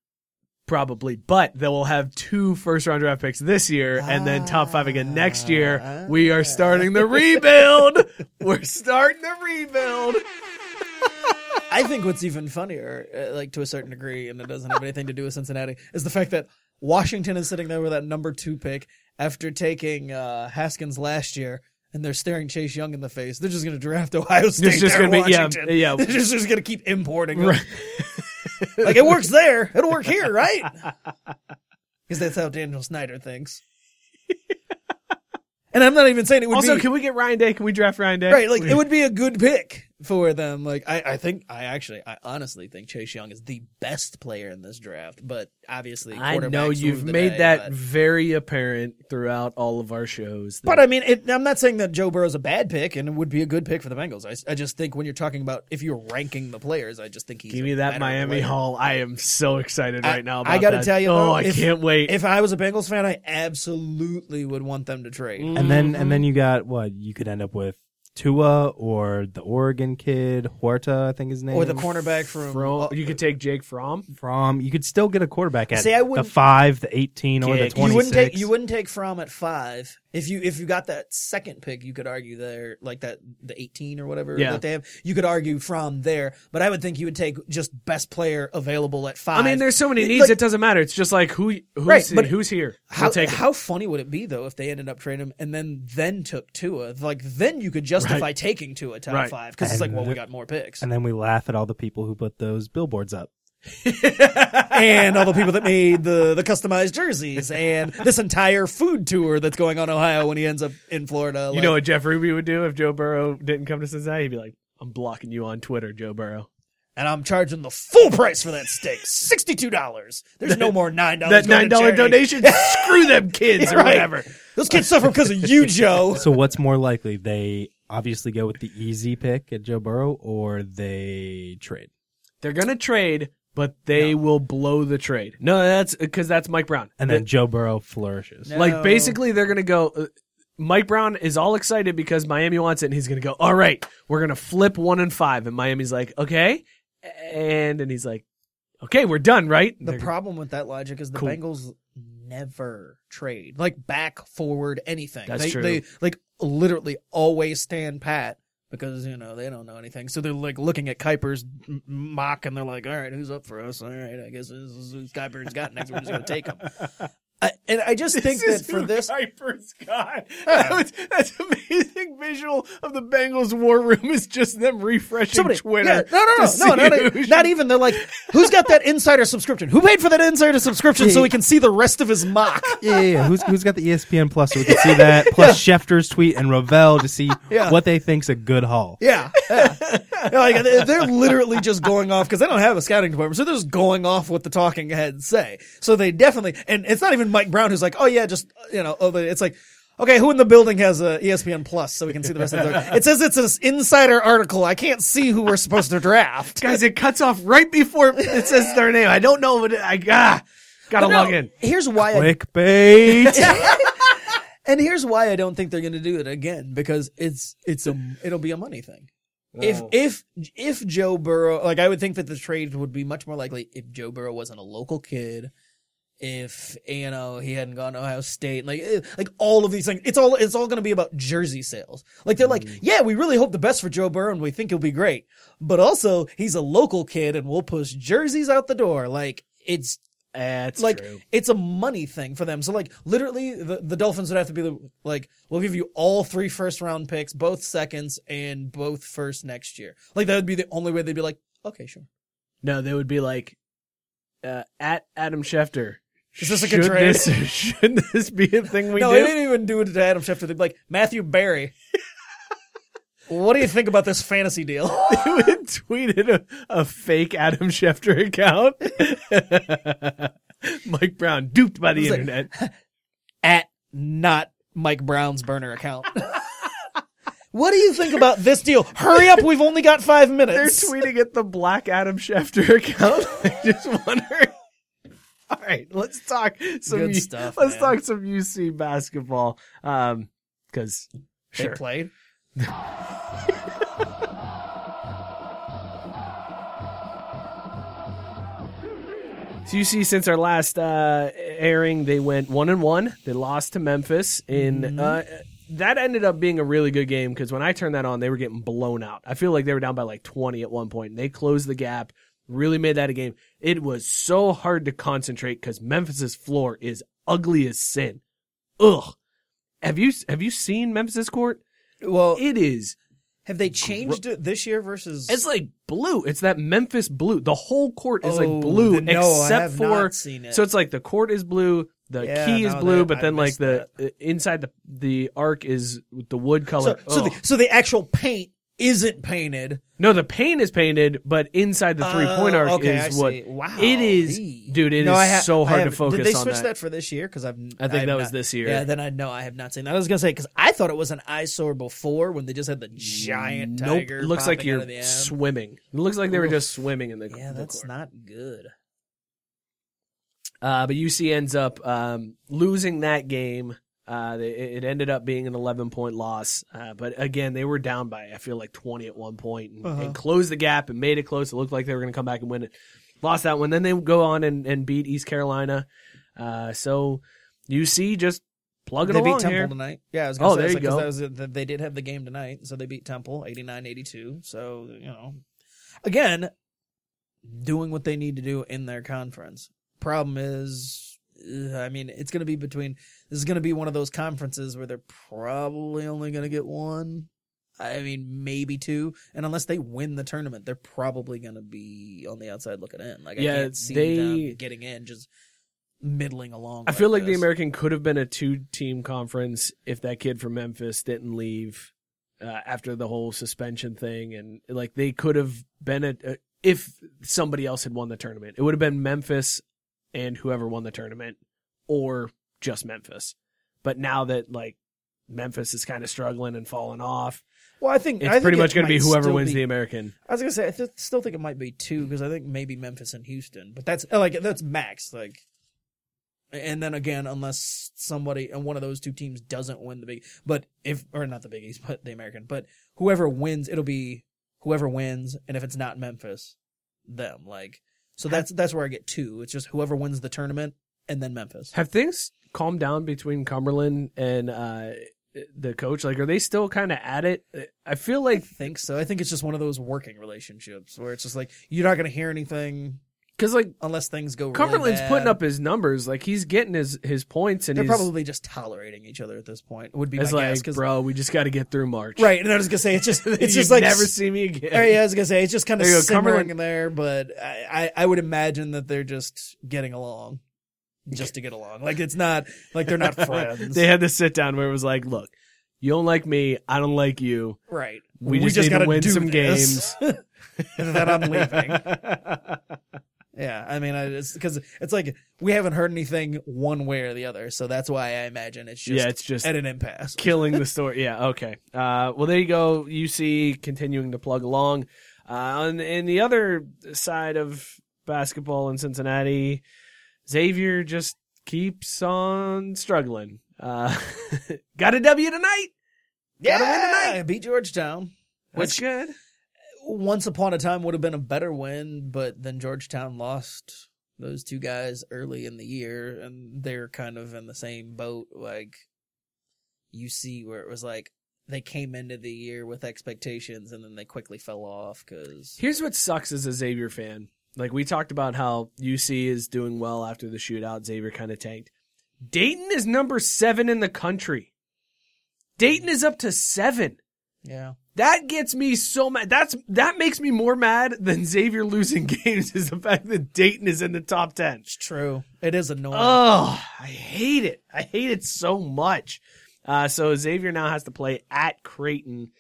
[SPEAKER 1] Probably, but they will have two first round draft picks this year and then top five again next year. We
[SPEAKER 2] Ah.
[SPEAKER 1] are starting the rebuild. We're starting the rebuild.
[SPEAKER 2] I think what's even funnier, uh, like to a certain degree, and it doesn't have anything to do with Cincinnati, is the fact that Washington is sitting there with that number two pick after taking uh, Haskins last year. And they're staring Chase Young in the face. They're just going to draft Ohio State.
[SPEAKER 1] just
[SPEAKER 2] going
[SPEAKER 1] gonna
[SPEAKER 2] to
[SPEAKER 1] be- yeah, yeah.
[SPEAKER 2] They're just, going to keep importing. them. like it works there, it'll work here, right? Because that's how Daniel Snyder thinks. And I'm not even saying it would
[SPEAKER 1] Also,
[SPEAKER 2] be
[SPEAKER 1] can we get Ryan Day? Can we draft Ryan Day?
[SPEAKER 2] right. Like it would be a good pick. for them. Like I, I think I actually I honestly think Chase Young is the best player in this draft, but obviously
[SPEAKER 1] I know
[SPEAKER 2] quarterbacks
[SPEAKER 1] you've
[SPEAKER 2] rule the
[SPEAKER 1] made
[SPEAKER 2] day,
[SPEAKER 1] that
[SPEAKER 2] but-
[SPEAKER 1] very apparent throughout all of our shows.
[SPEAKER 2] But I mean, it, I'm not saying that Joe Burrow's a bad pick and it would be a good pick for the Bengals. I, s- I just think when you're talking about if you're ranking the players, I just think he's
[SPEAKER 1] give
[SPEAKER 2] a
[SPEAKER 1] me that
[SPEAKER 2] better
[SPEAKER 1] Miami
[SPEAKER 2] player.
[SPEAKER 1] Hall. I am so excited
[SPEAKER 2] I-
[SPEAKER 1] right now. About
[SPEAKER 2] I got
[SPEAKER 1] that.
[SPEAKER 2] to tell you,
[SPEAKER 1] oh,
[SPEAKER 2] though,
[SPEAKER 1] I
[SPEAKER 2] if-
[SPEAKER 1] can't wait.
[SPEAKER 2] If I was a Bengals fan, I absolutely would want them to trade.
[SPEAKER 4] And then and
[SPEAKER 2] Mm-hmm.
[SPEAKER 4] then you got what you could end up with Tua or the Oregon kid Huerta, I think his name,
[SPEAKER 2] Or the cornerback from,
[SPEAKER 1] From,
[SPEAKER 2] uh,
[SPEAKER 1] you could take Jake Fromm.
[SPEAKER 4] From you could still get a quarterback at
[SPEAKER 2] See, I
[SPEAKER 4] the
[SPEAKER 2] wouldn't-
[SPEAKER 4] five, the eighteen, or the
[SPEAKER 1] Kick.
[SPEAKER 4] twenty-six.
[SPEAKER 2] You wouldn't take you wouldn't take From at five. If you if you got that second pick, you could argue there like that the eighteen or whatever
[SPEAKER 1] Yeah.
[SPEAKER 2] that they have. You could argue From there, but I would think you would take just best player available at
[SPEAKER 1] I
[SPEAKER 2] five.
[SPEAKER 1] mean, there's so many needs.
[SPEAKER 2] Like,
[SPEAKER 1] it doesn't matter. It's just like who who's
[SPEAKER 2] Right, but
[SPEAKER 1] who's here. We'll
[SPEAKER 2] how
[SPEAKER 1] take him.
[SPEAKER 2] how funny would it be though if they ended up trading him and then then took Tua? Like then you could justify
[SPEAKER 1] Right.
[SPEAKER 2] taking Tua top
[SPEAKER 1] Right.
[SPEAKER 2] five because it's like
[SPEAKER 4] And
[SPEAKER 2] well we
[SPEAKER 4] the-
[SPEAKER 2] got more picks
[SPEAKER 4] And then we laugh at all the people who put those billboards up.
[SPEAKER 2] and all the people that made the the customized jerseys and this entire food tour that's going on in Ohio when he ends up in Florida.
[SPEAKER 1] You know what Jeff Ruby would do if Joe Burrow didn't come to Cincinnati? He'd be like, "I'm blocking you on Twitter, Joe Burrow."
[SPEAKER 2] and I'm charging the full price for that steak, sixty-two dollars. There's no more nine dollars.
[SPEAKER 1] that nine dollar donation, screw them kids or whatever.
[SPEAKER 2] Those kids suffer because of you, Joe.
[SPEAKER 4] So what's more likely? They obviously go with the easy pick at Joe Burrow, or they trade.
[SPEAKER 1] They're gonna trade, but they will blow the trade. No, that's because that's Mike Brown.
[SPEAKER 4] And then Joe Burrow flourishes.
[SPEAKER 1] Like basically, they're gonna go. Uh, Mike Brown is all excited because Miami wants it, and he's gonna go. All right, we're gonna flip one and five, and Miami's like, okay, and and he's like, okay, we're done, right?
[SPEAKER 2] The
[SPEAKER 1] They're-
[SPEAKER 2] problem with that logic is the
[SPEAKER 1] Cool.
[SPEAKER 2] Bengals never trade, like back, forward, anything.
[SPEAKER 1] That's
[SPEAKER 2] they,
[SPEAKER 1] true.
[SPEAKER 2] They like literally always stand pat because you know they don't know anything. So they're like looking at Kuiper's m- mock, and they're like, "All right, who's up for us? All right, I guess this is who Kuiper's got next. We're just gonna take him." I, and I just think that for this,
[SPEAKER 1] Kuiper's God. That's, that's amazing visual of the Bengals war room is just them refreshing
[SPEAKER 2] yeah,
[SPEAKER 1] Twitter.
[SPEAKER 2] no, no,
[SPEAKER 1] to
[SPEAKER 2] no, no,
[SPEAKER 1] see
[SPEAKER 2] not,
[SPEAKER 1] who-
[SPEAKER 2] not even. They're like, who's got that insider subscription? Who paid for that insider subscription so we can see the rest of his mock?
[SPEAKER 4] Yeah, yeah, yeah. Who's who's got the E ESPN Plus so we can see that? Plus Schefter's tweet and Ravel to see
[SPEAKER 2] Yeah.
[SPEAKER 4] what they think's a good haul.
[SPEAKER 2] Yeah, yeah. Yeah, like, they- they're literally just going off because they don't have a scouting department, so they're just going off what the talking heads say. So they definitely, and it's not even Mike Brown who's like, oh yeah, just uh, you know, oh, they- it's like. Okay, who in the building has a E ESPN Plus so we can see the rest of the? It says it's an insider article. I can't see who we're supposed to draft.
[SPEAKER 1] Guys, it cuts off right before it says their name. I don't know, but I ah, gotta
[SPEAKER 2] But no,
[SPEAKER 1] log in.
[SPEAKER 2] Here's why I
[SPEAKER 4] Clickbait.
[SPEAKER 2] And here's why I don't think they're going to do it again because it's it's a it'll be a money thing. If if if Joe Burrow like I would think that the trade would be much more likely if Joe Burrow wasn't a local kid, if you know he hadn't gone to Ohio State, like eh, like all of these things. It's all it's all going to be about jersey sales. Like they're like, yeah, we really hope the best for Joe Burrow and we think he'll be great, but also he's a local kid and we'll push jerseys out the door. Like it's
[SPEAKER 1] That's
[SPEAKER 2] like
[SPEAKER 1] true.
[SPEAKER 2] it's a money thing for them. So like literally the, the Dolphins would have to be the- like, we'll give you all three first round picks, both seconds and both first next year. Like that would be the only way they'd be like, okay, sure.
[SPEAKER 1] No, they would be like uh, at Adam Schefter.
[SPEAKER 2] Is this a
[SPEAKER 1] should
[SPEAKER 2] good trade?
[SPEAKER 1] This, should this be a thing we
[SPEAKER 2] no,
[SPEAKER 1] do?
[SPEAKER 2] they didn't even do it to Adam Schefter. They'd be like, Matthew Barry. what do you think about this fantasy deal?
[SPEAKER 1] They would tweeted a, a fake Adam Schefter account. Mike Brown duped by the
[SPEAKER 2] It's like-
[SPEAKER 1] internet.
[SPEAKER 2] At not Mike Brown's burner account. What do you think about this deal? Hurry up, we've only got five
[SPEAKER 1] They're
[SPEAKER 2] minutes.
[SPEAKER 1] tweeting at the Black Adam Schefter account. I just wonder. All right, let's talk some.
[SPEAKER 2] Good
[SPEAKER 1] U-
[SPEAKER 2] stuff,
[SPEAKER 1] let's
[SPEAKER 2] man.
[SPEAKER 1] talk some UC basketball. Um, because
[SPEAKER 2] They
[SPEAKER 1] sure,
[SPEAKER 2] played.
[SPEAKER 1] So you see, since our last uh, airing, they went one and one. They lost to Memphis in. Uh, that ended up being a really good game because when I turned that on, they were getting blown out. I feel like they were down by like 20 at one point. And they closed the gap, really made that a game. It was so hard to concentrate because Memphis's floor is ugly as sin. Ugh. Have you have you seen Memphis's court?
[SPEAKER 2] Well,
[SPEAKER 1] It is.
[SPEAKER 2] Have they changed it this year versus?
[SPEAKER 1] It's like blue. It's that Memphis blue. The whole court is like blue
[SPEAKER 2] then Oh, no, I
[SPEAKER 1] except
[SPEAKER 2] have
[SPEAKER 1] for
[SPEAKER 2] not seen it.
[SPEAKER 1] So it's like the court is blue, the
[SPEAKER 2] Yeah,
[SPEAKER 1] key is
[SPEAKER 2] no,
[SPEAKER 1] blue,
[SPEAKER 2] they-
[SPEAKER 1] but
[SPEAKER 2] I
[SPEAKER 1] then like
[SPEAKER 2] missed
[SPEAKER 1] the uh, inside the the arc is the wood
[SPEAKER 2] so,
[SPEAKER 1] color.
[SPEAKER 2] so
[SPEAKER 1] Ugh.
[SPEAKER 2] the so the actual paint isn't painted.
[SPEAKER 1] No, the paint is painted, but inside the three point arc
[SPEAKER 2] Uh, okay, I
[SPEAKER 1] is
[SPEAKER 2] see.
[SPEAKER 1] what.
[SPEAKER 2] Wow.
[SPEAKER 1] It is,
[SPEAKER 2] Hey.
[SPEAKER 1] dude. It is
[SPEAKER 2] No, I ha-
[SPEAKER 1] so
[SPEAKER 2] I
[SPEAKER 1] hard to
[SPEAKER 2] haven't-
[SPEAKER 1] focus
[SPEAKER 2] Did they
[SPEAKER 1] on
[SPEAKER 2] switch
[SPEAKER 1] that.
[SPEAKER 2] that. for this year? Because I've.
[SPEAKER 1] I think
[SPEAKER 2] have
[SPEAKER 1] that was
[SPEAKER 2] not-
[SPEAKER 1] this year.
[SPEAKER 2] Yeah. Then I know I have not seen that. I was gonna say because I thought it was an eyesore before when they just had the giant
[SPEAKER 1] Nope.
[SPEAKER 2] tiger.
[SPEAKER 1] It looks like
[SPEAKER 2] popping out
[SPEAKER 1] you're
[SPEAKER 2] of the end.
[SPEAKER 1] swimming. It looks like they were just swimming in the.
[SPEAKER 2] Yeah,
[SPEAKER 1] the
[SPEAKER 2] that's
[SPEAKER 1] court.
[SPEAKER 2] not good.
[SPEAKER 1] Uh, but UC ends up um, losing that game. Uh, they- it it ended up being an 11 point loss. Uh, but again, they were down by, I feel like 20 at one point and,
[SPEAKER 2] Uh-huh.
[SPEAKER 1] and closed the gap and made it close. It looked like they were going to come back and win it. Lost that one. Then they go on and, and beat East Carolina. Uh, so UC just plugging
[SPEAKER 2] They
[SPEAKER 1] along
[SPEAKER 2] beat Temple
[SPEAKER 1] here.
[SPEAKER 2] tonight. Yeah, I was gonna
[SPEAKER 1] Oh,
[SPEAKER 2] say
[SPEAKER 1] there
[SPEAKER 2] it's
[SPEAKER 1] you
[SPEAKER 2] like, 'cause
[SPEAKER 1] go.
[SPEAKER 2] That was, that they did have the game tonight, so they beat Temple 89-82. So you know, again, doing what they need to do in their conference. Problem is, uh, I mean, it's going to be between. This is going to be one of those conferences where they're probably only going to get one. I mean, maybe two, and unless they win the tournament, they're probably going to be on the outside looking in. Like
[SPEAKER 1] Yeah,
[SPEAKER 2] I can't see
[SPEAKER 1] they-
[SPEAKER 2] them getting in, just middling along.
[SPEAKER 1] I feel like the
[SPEAKER 2] this.
[SPEAKER 1] American could have been a two team conference if that kid from Memphis didn't leave uh, after the whole suspension thing. And like they could have been a, a, if somebody else had won the tournament, it would have been Memphis and whoever won the tournament or just Memphis. But now that like Memphis is kind of struggling and falling off,
[SPEAKER 2] Well, I think
[SPEAKER 1] it's
[SPEAKER 2] I think
[SPEAKER 1] pretty
[SPEAKER 2] it
[SPEAKER 1] much going to be
[SPEAKER 2] might
[SPEAKER 1] whoever
[SPEAKER 2] still
[SPEAKER 1] wins
[SPEAKER 2] be-
[SPEAKER 1] the American.
[SPEAKER 2] I was gonna say I th- still think it might be two because I think maybe Memphis and Houston, but that's like that's max. Like, and then again, unless somebody and one of those two teams doesn't win the big, but if or not the Big East, but the American, but whoever wins, it'll be whoever wins, and if it's not Memphis, them. Like, so that's that's where I get two. It's just whoever wins the tournament and then Memphis.
[SPEAKER 1] Have things calmed down between Cumberland and uh, the coach? Like, are they still kind of at it? I feel like
[SPEAKER 2] think so. I think it's just one of those working relationships where it's just like you're not gonna hear anything
[SPEAKER 1] because like
[SPEAKER 2] unless things go. really
[SPEAKER 1] Cumberland's
[SPEAKER 2] bad.
[SPEAKER 1] putting up his numbers. Like he's getting his his points, and
[SPEAKER 2] They're
[SPEAKER 1] he's
[SPEAKER 2] probably just tolerating each other at this point. Would be my
[SPEAKER 1] it's
[SPEAKER 2] guess.
[SPEAKER 1] like,
[SPEAKER 2] 'cause-
[SPEAKER 1] bro, we just got to get through March.
[SPEAKER 2] right? And I was gonna say it's just it's
[SPEAKER 1] You
[SPEAKER 2] just like
[SPEAKER 1] never see me again.
[SPEAKER 2] All right, yeah, I was gonna say it's just kind of
[SPEAKER 1] There you go,
[SPEAKER 2] simmering
[SPEAKER 1] Cumberland-
[SPEAKER 2] there, but I, I I would imagine that they're just getting along, just to get along. Like it's not like they're not friends.
[SPEAKER 1] They had this sit down where it was like, look, you don't like me, I don't like you.
[SPEAKER 2] right.
[SPEAKER 1] We just, need
[SPEAKER 2] gotta
[SPEAKER 1] to win
[SPEAKER 2] do
[SPEAKER 1] some
[SPEAKER 2] this.
[SPEAKER 1] games.
[SPEAKER 2] and then I'm leaving. yeah, I mean, I, it's because it's like we haven't heard anything one way or the other, so that's why I imagine it's just
[SPEAKER 1] Yeah, it's just-
[SPEAKER 2] at an impasse.
[SPEAKER 1] killing the story. Yeah, okay. Uh, well, there you go. UC continuing to plug along. Uh, on and the other side of basketball in Cincinnati, Xavier just keeps on struggling. Uh, got a W tonight.
[SPEAKER 2] Yeah, beat Georgetown.
[SPEAKER 1] That's good.
[SPEAKER 2] once upon a time would have been a better win, but then Georgetown lost those two guys early in the year, and they're kind of in the same boat. Like you see, where it was like they came into the year with expectations, and then they quickly fell off because
[SPEAKER 1] Here's what sucks as a Xavier fan. Like we talked about how UC is doing well after the shootout. Xavier kind of tanked. Dayton is number seven in the country. Dayton is up to seven.
[SPEAKER 2] yeah,
[SPEAKER 1] That gets me so mad. That's that makes me more mad than Xavier losing games is the fact that Dayton is in the top ten.
[SPEAKER 2] it's true. It is annoying.
[SPEAKER 1] Oh, I hate it. I hate it so much. Uh, so Xavier now has to play at Creighton.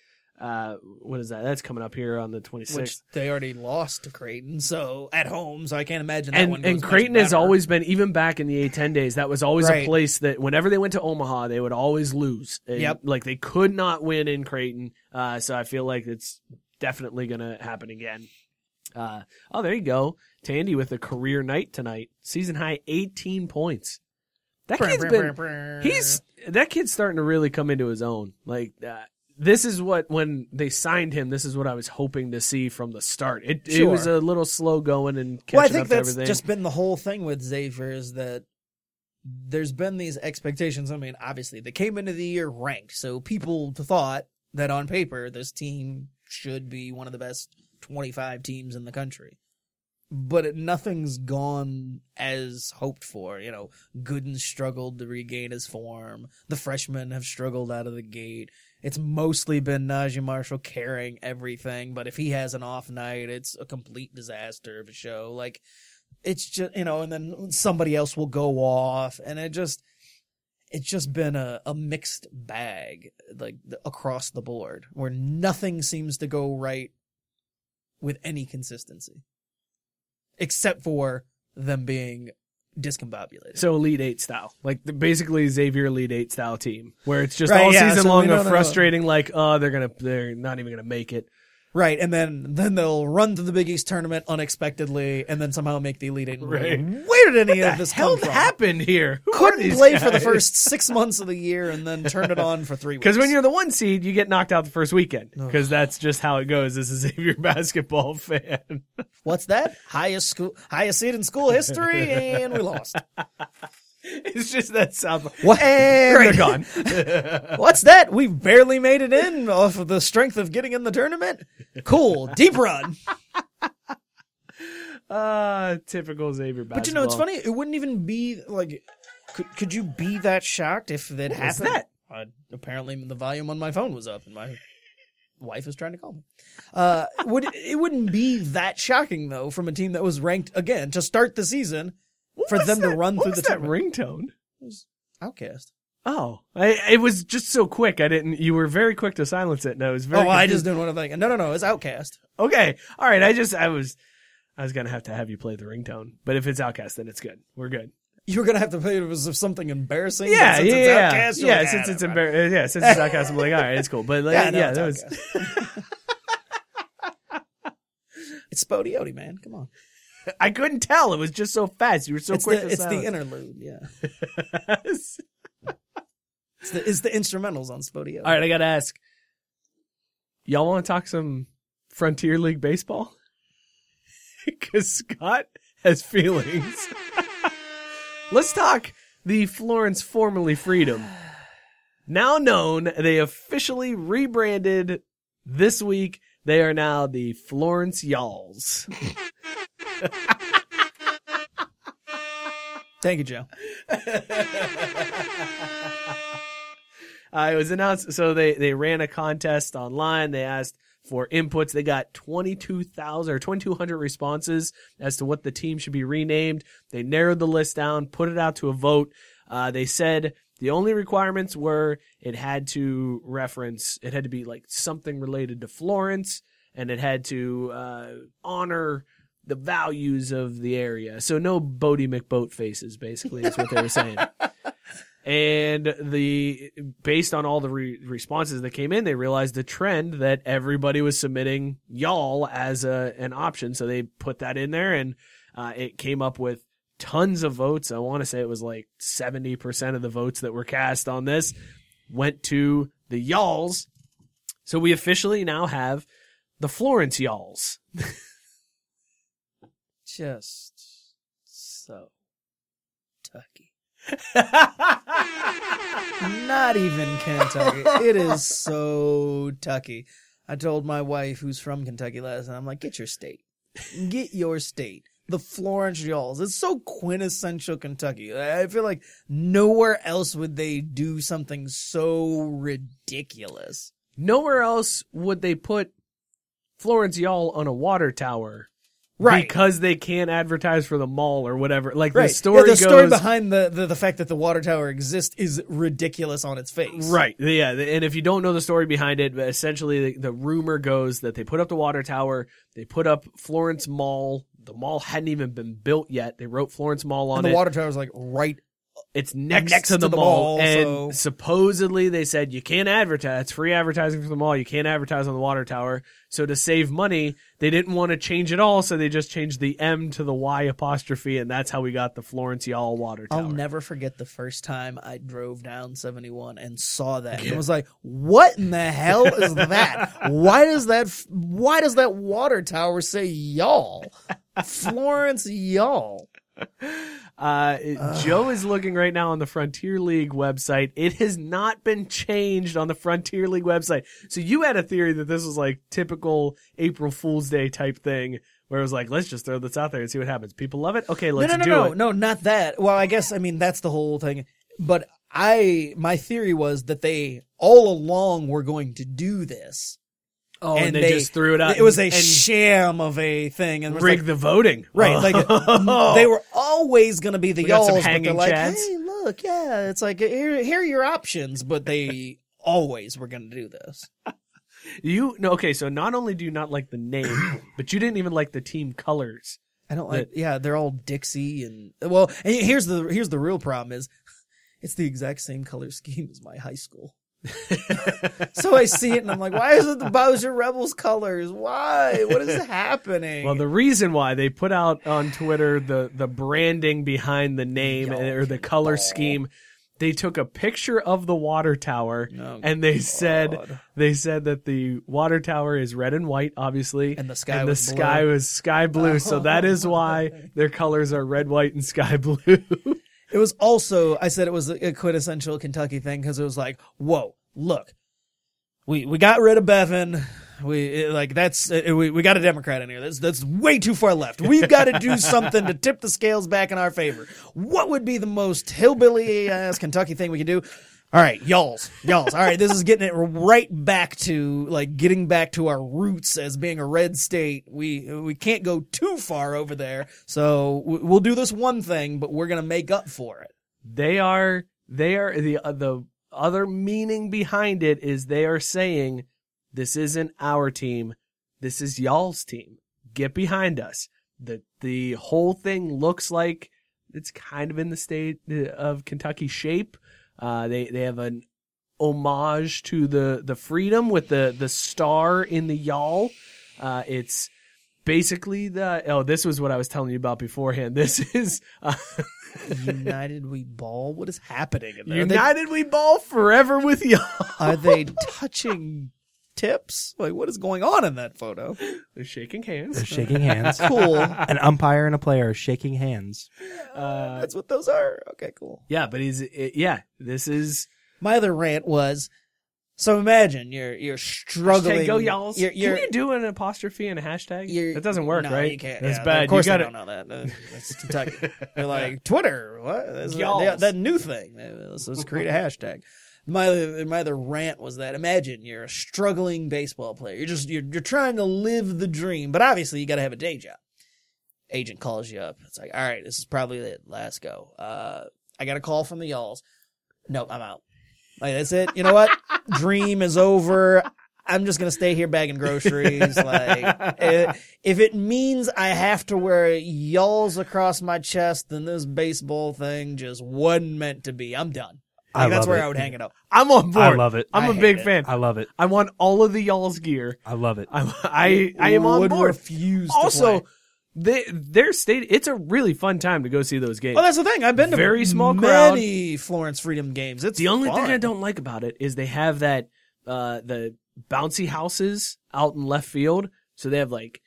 [SPEAKER 1] Uh, what is that? That's coming up here on the twenty
[SPEAKER 2] which
[SPEAKER 1] sixth.
[SPEAKER 2] they already lost to Creighton, so at home, so I can't imagine that one.
[SPEAKER 1] and
[SPEAKER 2] goes
[SPEAKER 1] and
[SPEAKER 2] much
[SPEAKER 1] Creighton has
[SPEAKER 2] better.
[SPEAKER 1] always been even back in the A10 days. That was always a
[SPEAKER 2] Right.
[SPEAKER 1] place that whenever they went to Omaha, they would always lose. And,
[SPEAKER 2] Yep.
[SPEAKER 1] like they could not win in Creighton. Uh, so I feel like it's definitely going to happen again. Uh, oh, there you go, Tandy with a career night tonight, season high 18 points. That kid's been he's that kid's starting to really come into his own. Like uh, this is what when they signed him, this is what I was hoping to see from the start. It, it
[SPEAKER 2] Sure.
[SPEAKER 1] was a little slow going and catching
[SPEAKER 2] well, I think
[SPEAKER 1] up to
[SPEAKER 2] that's
[SPEAKER 1] everything.
[SPEAKER 2] just been the whole thing with Xavier is that there's been these expectations. I mean, obviously they came into the year ranked, so people thought that on paper this team should be one of the best 25 teams in the country. But it, nothing's gone as hoped for. You know, Gooden struggled to regain his form. The freshmen have struggled out of the gate. It's mostly been Najee Marshall carrying everything, but if he has an off night, it's a complete disaster of a show. Like, it's just, you know, and then somebody else will go off, and it just, it's just been a, a mixed bag, like the, across the board, where nothing seems to go right with any consistency, except for them being discombobulated.
[SPEAKER 1] So Elite Eight style, like the, basically Xavier Elite Eight style team, where it's just
[SPEAKER 2] Right,
[SPEAKER 1] all
[SPEAKER 2] yeah,
[SPEAKER 1] season
[SPEAKER 2] so we
[SPEAKER 1] long
[SPEAKER 2] don't
[SPEAKER 1] of
[SPEAKER 2] know.
[SPEAKER 1] frustrating, like oh they're gonna they're not even gonna make it.
[SPEAKER 2] Right, and then then they'll run to the Big East tournament unexpectedly, and then somehow make the Elite Eight. and
[SPEAKER 1] Right.
[SPEAKER 2] Where did any of this
[SPEAKER 1] Hell
[SPEAKER 2] come from?
[SPEAKER 1] happened here. Who are
[SPEAKER 2] Couldn't
[SPEAKER 1] these
[SPEAKER 2] play for the
[SPEAKER 1] guys?
[SPEAKER 2] first six months of the year, and then turned it on for three weeks.
[SPEAKER 1] Because when you're the one seed, you get knocked out the first weekend. Because that's just how it goes. This is Xavier basketball fan.
[SPEAKER 2] what's that highest school highest seed in school history, and we lost.
[SPEAKER 1] it's just that South.
[SPEAKER 2] What?
[SPEAKER 1] And
[SPEAKER 2] Right.
[SPEAKER 1] they're gone.
[SPEAKER 2] What's that? We barely made it in off of the strength of getting in the tournament. Cool, deep run.
[SPEAKER 1] Ah, typical Xavier basketball.
[SPEAKER 2] But you know, it's funny. It wouldn't even be like. Could, could you be that shocked if it happened?
[SPEAKER 1] that?
[SPEAKER 2] Uh, apparently, the volume on my phone was up, and my wife is trying to call me. Uh, would it wouldn't be that shocking though from a team that was ranked again to start the season for
[SPEAKER 1] What's
[SPEAKER 2] them to
[SPEAKER 1] that-
[SPEAKER 2] run
[SPEAKER 1] what
[SPEAKER 2] through
[SPEAKER 1] was
[SPEAKER 2] the
[SPEAKER 1] that
[SPEAKER 2] tournament?
[SPEAKER 1] ringtone.
[SPEAKER 2] Outcast.
[SPEAKER 1] Oh, I, it was just so quick. I didn't. You were very quick to silence it, and I was
[SPEAKER 2] Oh,
[SPEAKER 1] very.
[SPEAKER 2] I
[SPEAKER 1] confused.
[SPEAKER 2] just didn't want to think. No, no, no. It's Outcast.
[SPEAKER 1] Okay, all right. I just, I was, I was gonna have to have you play the ringtone. But if it's Outcast, then it's good. We're good.
[SPEAKER 2] You were gonna have to play it was something embarrassing. but
[SPEAKER 1] Yeah,
[SPEAKER 2] since
[SPEAKER 1] yeah,
[SPEAKER 2] it's
[SPEAKER 1] yeah.
[SPEAKER 2] Outcast, you're
[SPEAKER 1] yeah,
[SPEAKER 2] like, "Ah,
[SPEAKER 1] since it's
[SPEAKER 2] never mind."
[SPEAKER 1] embar- uh, yeah, since it's Outcast, I'm like, all right, it's cool. But like, yeah,
[SPEAKER 2] Yeah, no, it's
[SPEAKER 1] that was.
[SPEAKER 2] It's Spodiote, man. Come on.
[SPEAKER 1] I couldn't tell. It was just so fast. You were so
[SPEAKER 2] it's
[SPEAKER 1] quick.
[SPEAKER 2] the,
[SPEAKER 1] to
[SPEAKER 2] it's the
[SPEAKER 1] silence.
[SPEAKER 2] interlude. Yeah. It's the, it's the instrumentals on Spodio.
[SPEAKER 1] all right, I gotta ask. Y'all want to talk some Frontier League baseball? Because Scott has feelings. Let's talk the Florence formerly Freedom, now known. They officially rebranded this week. They are now the Florence Y'alls.
[SPEAKER 2] Thank you, Joe.
[SPEAKER 1] Uh, it was announced. So they, they ran a contest online. They asked for inputs. They got 22,000 or 2,200 responses as to what the team should be renamed. They narrowed the list down, put it out to a vote. Uh, they said the only requirements were it had to reference, it had to be like something related to Florence and it had to uh, honor the values of the area. So no Bodie McBoat faces, basically, is what they were saying and the based on all the re- responses that came in they realized the trend that everybody was submitting y'all as a, an option so they put that in there and uh, it came up with tons of votes i want to say it was like 70% of the votes that were cast on this went to the y'alls so we officially now have the florence y'alls
[SPEAKER 2] Just so Kentucky. Not even Kentucky. It is so Tucky. I told my wife, who's from Kentucky, last night. I'm like, get your state, get your state. The Florence Y'alls. It's so quintessential Kentucky. I I feel like nowhere else would they do something so ridiculous.
[SPEAKER 1] nowhere else would they put florence y'all on a water tower
[SPEAKER 2] Right.
[SPEAKER 1] because they can't advertise for the mall or whatever. Like
[SPEAKER 2] Right.
[SPEAKER 1] the story
[SPEAKER 2] yeah, the
[SPEAKER 1] goes
[SPEAKER 2] story behind the, the the fact that the water tower exists is ridiculous on its face.
[SPEAKER 1] right. Yeah, and if you don't know the story behind it, essentially the, the rumor goes that they put up the water tower, they put up Florence Mall. The mall hadn't even been built yet. They wrote Florence Mall on
[SPEAKER 2] And the
[SPEAKER 1] it.
[SPEAKER 2] water tower is like right
[SPEAKER 1] it's next,
[SPEAKER 2] next
[SPEAKER 1] to, the,
[SPEAKER 2] to the
[SPEAKER 1] mall,
[SPEAKER 2] mall,
[SPEAKER 1] and
[SPEAKER 2] so-
[SPEAKER 1] supposedly they said you can't advertise. It's free advertising for the mall. You can't advertise on the water tower. So to save money, they didn't want to change it all, so they just changed the M to the Y apostrophe, and that's how we got the Florence Y'all water tower.
[SPEAKER 2] I'll never forget the first time I drove down 71 and saw that and was like, "What in the hell is that? why does that f- why does that water tower say y'all? Florence y'all."
[SPEAKER 1] Uh, it- Joe is looking right now on the Frontier League website. It has not been changed on the Frontier League website. So you had a theory that this was like typical April Fool's Day type thing, where it was like, let's just throw this out there and see what happens. People love it. Okay, let's
[SPEAKER 2] no, no,
[SPEAKER 1] do
[SPEAKER 2] no,
[SPEAKER 1] it.
[SPEAKER 2] no, no, not that. Well, I guess I mean that's the whole thing. But I my theory was that they all along were going to do this.
[SPEAKER 1] Oh, and, they, just threw it out.
[SPEAKER 2] It was a
[SPEAKER 1] and,
[SPEAKER 2] sham of a thing, and it was like,
[SPEAKER 1] rigged the voting.
[SPEAKER 2] Right, like they were always going to be the
[SPEAKER 1] Oh. got some
[SPEAKER 2] y'alls, but
[SPEAKER 1] hanging
[SPEAKER 2] they're like,
[SPEAKER 1] chads.
[SPEAKER 2] hey, look, look, yeah, it's like here, here are your options, but they always were going to do this.
[SPEAKER 1] You no okay. So not only do you not like the name, but you didn't even like the team colors.
[SPEAKER 2] I don't like. Yeah, they're all Dixie and well. And here's the here's the real problem is, it's the exact same color scheme as my high school. so I see it and I'm like, why is it the Bowser Rebels colors? Why? What is happening?
[SPEAKER 1] Well, the reason why they put out on Twitter the the branding behind the name and- or the color scheme, they took a picture of the water tower
[SPEAKER 2] Oh,
[SPEAKER 1] and they said they said that the water tower is red and white, obviously,
[SPEAKER 2] And the sky
[SPEAKER 1] and the
[SPEAKER 2] was
[SPEAKER 1] sky
[SPEAKER 2] blue.
[SPEAKER 1] was sky blue. So that is why their colors are red, white, and sky blue.
[SPEAKER 2] It was also, I said it was a quintessential Kentucky thing because it was like, whoa, look, we we got rid of Bevin. We it- like that's it, we we got a Democrat in here. That's that's way too far left. We've got to do something to tip the scales back in our favor. What would be the most hillbilly ass Kentucky thing we could do? All right, y'all's, y'all's. All right, this is getting it right back to like getting back to our roots as being a red state. We we can't go too far over there, so we- we'll do this one thing, but we're gonna make up for it.
[SPEAKER 1] they are they are the uh, the other meaning behind it is they are saying this isn't our team this is y'all's team get behind us the the whole thing looks like it's kind of in the state uh, of Kentucky shape uh they they have an homage to the the freedom with the the star in the y'all uh it's basically the oh this was what i was telling you about beforehand this is uh,
[SPEAKER 2] United we ball. What is happening in there? Are they-
[SPEAKER 1] United we ball forever with y'all.
[SPEAKER 2] Are they touching tips? Like, what is going on in that photo?
[SPEAKER 1] They're shaking
[SPEAKER 4] They're
[SPEAKER 1] hands.
[SPEAKER 4] shaking hands.
[SPEAKER 2] Cool.
[SPEAKER 4] An umpire and a player are shaking hands.
[SPEAKER 1] Uh,
[SPEAKER 2] That's what those are. Okay, cool.
[SPEAKER 1] yeah, but he's it, yeah. This is
[SPEAKER 2] My other rant was so imagine you're you're struggling.
[SPEAKER 1] hashtag go y'all.
[SPEAKER 2] You're,
[SPEAKER 1] Can
[SPEAKER 2] you're,
[SPEAKER 1] you do an apostrophe and a hashtag?
[SPEAKER 2] you're-
[SPEAKER 1] That doesn't work,
[SPEAKER 2] no,
[SPEAKER 1] right?
[SPEAKER 2] You can't.
[SPEAKER 1] That's
[SPEAKER 2] yeah,
[SPEAKER 1] bad.
[SPEAKER 2] Of course,
[SPEAKER 1] you
[SPEAKER 2] I
[SPEAKER 1] gotta,
[SPEAKER 2] don't know that. Uh, That's Kentucky. They're like Twitter. What? That's
[SPEAKER 1] Y'alls.
[SPEAKER 2] that, that new thing. Let's, let's create a hashtag. My other, my other rant was that imagine you're a struggling baseball player. You're just you're you're trying to live the dream, but obviously you got to have a day job. Agent calls you up. It's like, all right, this is probably it. Last go. Uh, I got a call from the y'alls. Nope, I'm out. Like that's it. You know what? Dream is over. I'm just gonna stay here bagging groceries. like eh, if it means I have to wear y'alls across my chest, then this baseball thing just wasn't meant to be. I'm done.
[SPEAKER 4] I
[SPEAKER 2] Like, that's
[SPEAKER 4] love
[SPEAKER 2] where
[SPEAKER 4] it.
[SPEAKER 2] I would hang it up.
[SPEAKER 1] I'm on board.
[SPEAKER 4] I love it.
[SPEAKER 1] I'm
[SPEAKER 2] I
[SPEAKER 1] am a
[SPEAKER 2] hate
[SPEAKER 1] big
[SPEAKER 2] it.
[SPEAKER 1] fan.
[SPEAKER 4] I love it.
[SPEAKER 1] I want all of the y'all's gear.
[SPEAKER 4] I love it.
[SPEAKER 1] I'm, I I am on
[SPEAKER 2] Would
[SPEAKER 1] board.
[SPEAKER 2] refuse to
[SPEAKER 1] Also,
[SPEAKER 2] play.
[SPEAKER 1] they, their state. It's a really fun time to go see those games.
[SPEAKER 2] Oh, that's the thing. I've been to
[SPEAKER 1] Very small crowd.
[SPEAKER 2] many Florence Freedom games. It's
[SPEAKER 1] The only
[SPEAKER 2] fun.
[SPEAKER 1] thing I don't like about it is they have that uh the bouncy houses out in left field. So they have like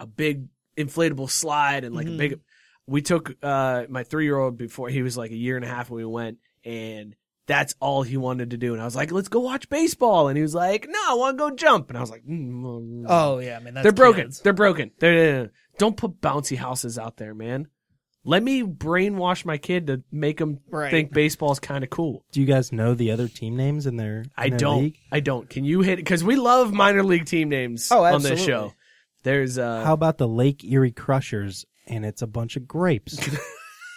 [SPEAKER 1] a big inflatable slide and like
[SPEAKER 2] Mm-hmm.
[SPEAKER 1] a big we took uh my 3-year-old before he was like a year and a half when we went and that's all he wanted to do and I was like, "Let's go watch baseball." And he was like, "No, I want to go jump." And I was like, mm, mm, mm.
[SPEAKER 2] Oh yeah, I mean that's
[SPEAKER 1] "They're broken.
[SPEAKER 2] kids.
[SPEAKER 1] They're broken. They're don't put bouncy houses out there, man." Let me brainwash my kid to make him
[SPEAKER 2] Right.
[SPEAKER 1] think baseball's kind of cool.
[SPEAKER 4] Do you guys know the other team names in their? In
[SPEAKER 1] I
[SPEAKER 4] their
[SPEAKER 1] don't.
[SPEAKER 4] League?
[SPEAKER 1] I don't. Can you hit? Because we love minor league team names
[SPEAKER 2] Oh,
[SPEAKER 1] on this
[SPEAKER 2] absolutely.
[SPEAKER 1] show. There's uh,
[SPEAKER 4] How about the Lake Erie Crushers? And it's a bunch of grapes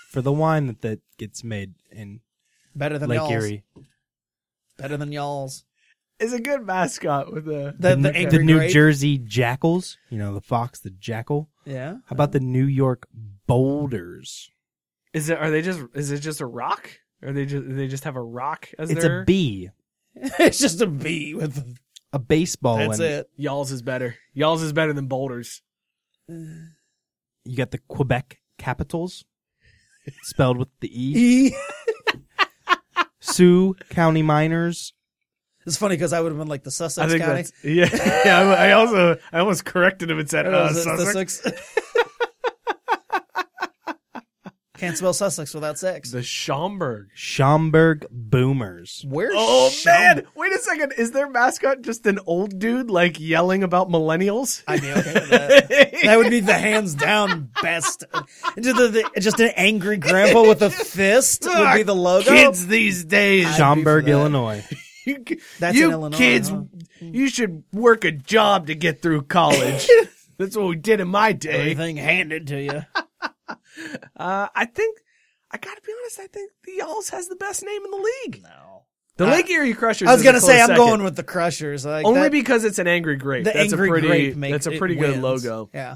[SPEAKER 4] for the wine that, that gets made in
[SPEAKER 2] Better than
[SPEAKER 4] Lake
[SPEAKER 2] y'all's.
[SPEAKER 4] Erie.
[SPEAKER 2] Better than y'all's.
[SPEAKER 1] is a good mascot with a.
[SPEAKER 2] The, the,
[SPEAKER 4] New-
[SPEAKER 2] angry
[SPEAKER 4] New
[SPEAKER 2] grape.
[SPEAKER 4] Jersey Jackals. You know the fox, the jackal.
[SPEAKER 2] Yeah.
[SPEAKER 4] How about the New York Boulders?
[SPEAKER 1] Is it? Are they just? Is it just a rock? Are they just? They just have a rock as
[SPEAKER 4] It's
[SPEAKER 1] their.
[SPEAKER 4] a bee,
[SPEAKER 2] it's just a B with
[SPEAKER 4] a baseball.
[SPEAKER 2] that's
[SPEAKER 4] and
[SPEAKER 2] it.
[SPEAKER 1] Y'all's is better. Y'all's is better than Boulders.
[SPEAKER 4] You got the Quebec Capitals, spelled with the E.
[SPEAKER 2] E.
[SPEAKER 4] Sioux County Miners.
[SPEAKER 2] It's funny because I would have been like the Sussex
[SPEAKER 1] I think
[SPEAKER 2] County.
[SPEAKER 1] that's yeah. yeah I, I also I almost corrected him and said
[SPEAKER 2] Or
[SPEAKER 1] uh,
[SPEAKER 2] is it the
[SPEAKER 1] Sussex.
[SPEAKER 2] Sussex? Can't spell Sussex without sex.
[SPEAKER 1] the Schomburg.
[SPEAKER 4] Schaumburg Boomers.
[SPEAKER 2] Where's
[SPEAKER 1] Oh
[SPEAKER 2] Shum-
[SPEAKER 1] man! Wait a second. Is their mascot just an old dude like yelling about millennials?
[SPEAKER 2] I'd be okay with that. that would be the hands down best. Just, the, the- just an angry grandpa with a fist would be the logo.
[SPEAKER 1] Kids these days.
[SPEAKER 4] Schaumburg,
[SPEAKER 2] that.
[SPEAKER 4] Illinois.
[SPEAKER 1] You,
[SPEAKER 2] That's
[SPEAKER 1] you
[SPEAKER 2] in Illinois,
[SPEAKER 1] kids,
[SPEAKER 2] huh?
[SPEAKER 1] you should work a job to get through college.
[SPEAKER 2] eh?
[SPEAKER 1] That's what we did in my day.
[SPEAKER 2] Everything handed to you.
[SPEAKER 1] Uh, I think I gotta be honest. I think the Y'alls has the best name in the league.
[SPEAKER 2] No.
[SPEAKER 1] The
[SPEAKER 2] I-
[SPEAKER 1] Lake Erie Crushers.
[SPEAKER 2] I was
[SPEAKER 1] is a
[SPEAKER 2] gonna say
[SPEAKER 1] close
[SPEAKER 2] I'm
[SPEAKER 1] second.
[SPEAKER 2] going with the Crushers. Like
[SPEAKER 1] only
[SPEAKER 2] that,
[SPEAKER 1] because it's an angry grape.
[SPEAKER 2] the
[SPEAKER 1] that's
[SPEAKER 2] angry
[SPEAKER 1] a pretty.
[SPEAKER 2] grape makes
[SPEAKER 1] that's a
[SPEAKER 2] it
[SPEAKER 1] pretty good
[SPEAKER 2] wins.
[SPEAKER 1] logo.
[SPEAKER 2] Yeah.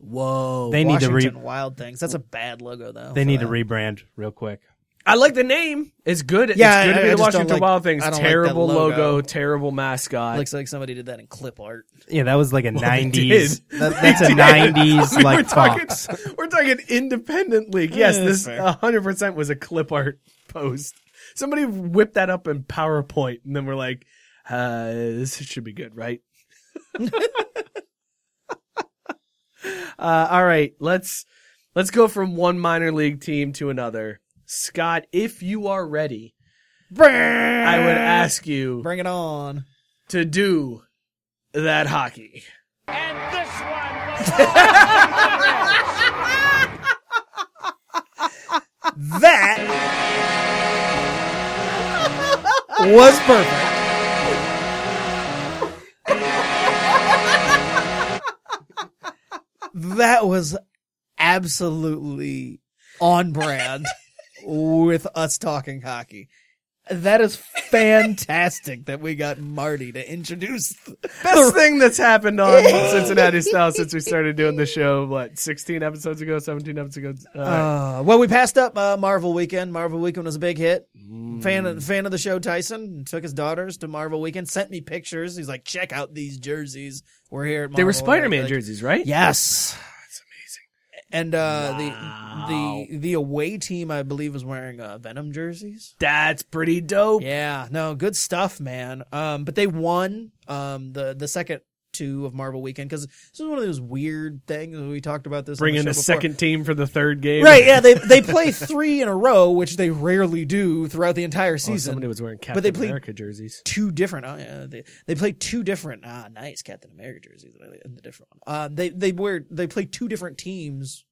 [SPEAKER 2] Whoa.
[SPEAKER 4] They need to re-
[SPEAKER 2] Washington Wild Things. That's a bad logo though.
[SPEAKER 4] They
[SPEAKER 2] for
[SPEAKER 4] need
[SPEAKER 2] that.
[SPEAKER 4] to rebrand real quick.
[SPEAKER 1] I like the name. It's good.
[SPEAKER 2] Yeah,
[SPEAKER 1] it's good
[SPEAKER 2] I-
[SPEAKER 1] to be
[SPEAKER 2] I
[SPEAKER 1] the
[SPEAKER 2] just don't
[SPEAKER 1] Washington
[SPEAKER 2] like-
[SPEAKER 1] Wild Things.
[SPEAKER 2] I don't like that
[SPEAKER 1] Terrible
[SPEAKER 2] logo.
[SPEAKER 1] logo. Terrible mascot.
[SPEAKER 2] Looks like somebody did that in clip art.
[SPEAKER 4] Yeah, that was like a nineties.
[SPEAKER 1] did.
[SPEAKER 4] That, that's a nineties
[SPEAKER 1] I mean,
[SPEAKER 4] like
[SPEAKER 1] we're talking,
[SPEAKER 4] Fox.
[SPEAKER 1] we're talking independent league. Yes,
[SPEAKER 2] Yeah,
[SPEAKER 1] this
[SPEAKER 2] fair.
[SPEAKER 1] 100% was a clip art post. Somebody whipped that up in PowerPoint, and then we're like, uh, this should be good, right? uh, all right, let's let's go from one minor league team to another. Scott, if you are ready, I would ask you
[SPEAKER 2] Bring it on.
[SPEAKER 1] to do that hockey.
[SPEAKER 2] That was perfect. that was absolutely on brand with us talking hockey. That is fantastic that we got Marty to introduce.
[SPEAKER 1] best thing that's happened on Cincinnati Style since we started doing the show, what, 16 episodes ago, 17 episodes ago? Uh,
[SPEAKER 2] Uh, well, we passed up uh, Marvel Weekend. Marvel Weekend was a big hit.
[SPEAKER 1] Mm.
[SPEAKER 2] Fan of, fan of the show, Tyson took his daughters to Marvel Weekend. Sent me pictures. He's like, check out these jerseys. We're here. At Marvel.
[SPEAKER 1] they were
[SPEAKER 2] And I was
[SPEAKER 1] Spider Man
[SPEAKER 2] like,
[SPEAKER 1] jerseys, right?
[SPEAKER 2] Yes, that's amazing. And uh, the the the away team, I believe, was wearing uh, Venom jerseys.
[SPEAKER 1] That's pretty dope.
[SPEAKER 2] Yeah, no, good stuff, man. Um, but they won um the the second two of Marvel Weekend because this is one of those weird things we talked about this. on
[SPEAKER 1] Bring in
[SPEAKER 2] the
[SPEAKER 1] a
[SPEAKER 2] show before.
[SPEAKER 1] second team for the third game.
[SPEAKER 2] Right, yeah, they they play three in a row, which they rarely do throughout the entire
[SPEAKER 1] Oh,
[SPEAKER 2] season.
[SPEAKER 1] somebody was wearing Captain
[SPEAKER 2] But they play-
[SPEAKER 1] America jerseys.
[SPEAKER 2] two different. Oh, yeah, they, they play two different. Ah, nice Captain America jerseys and the different one. Uh, they they wear they play two different teams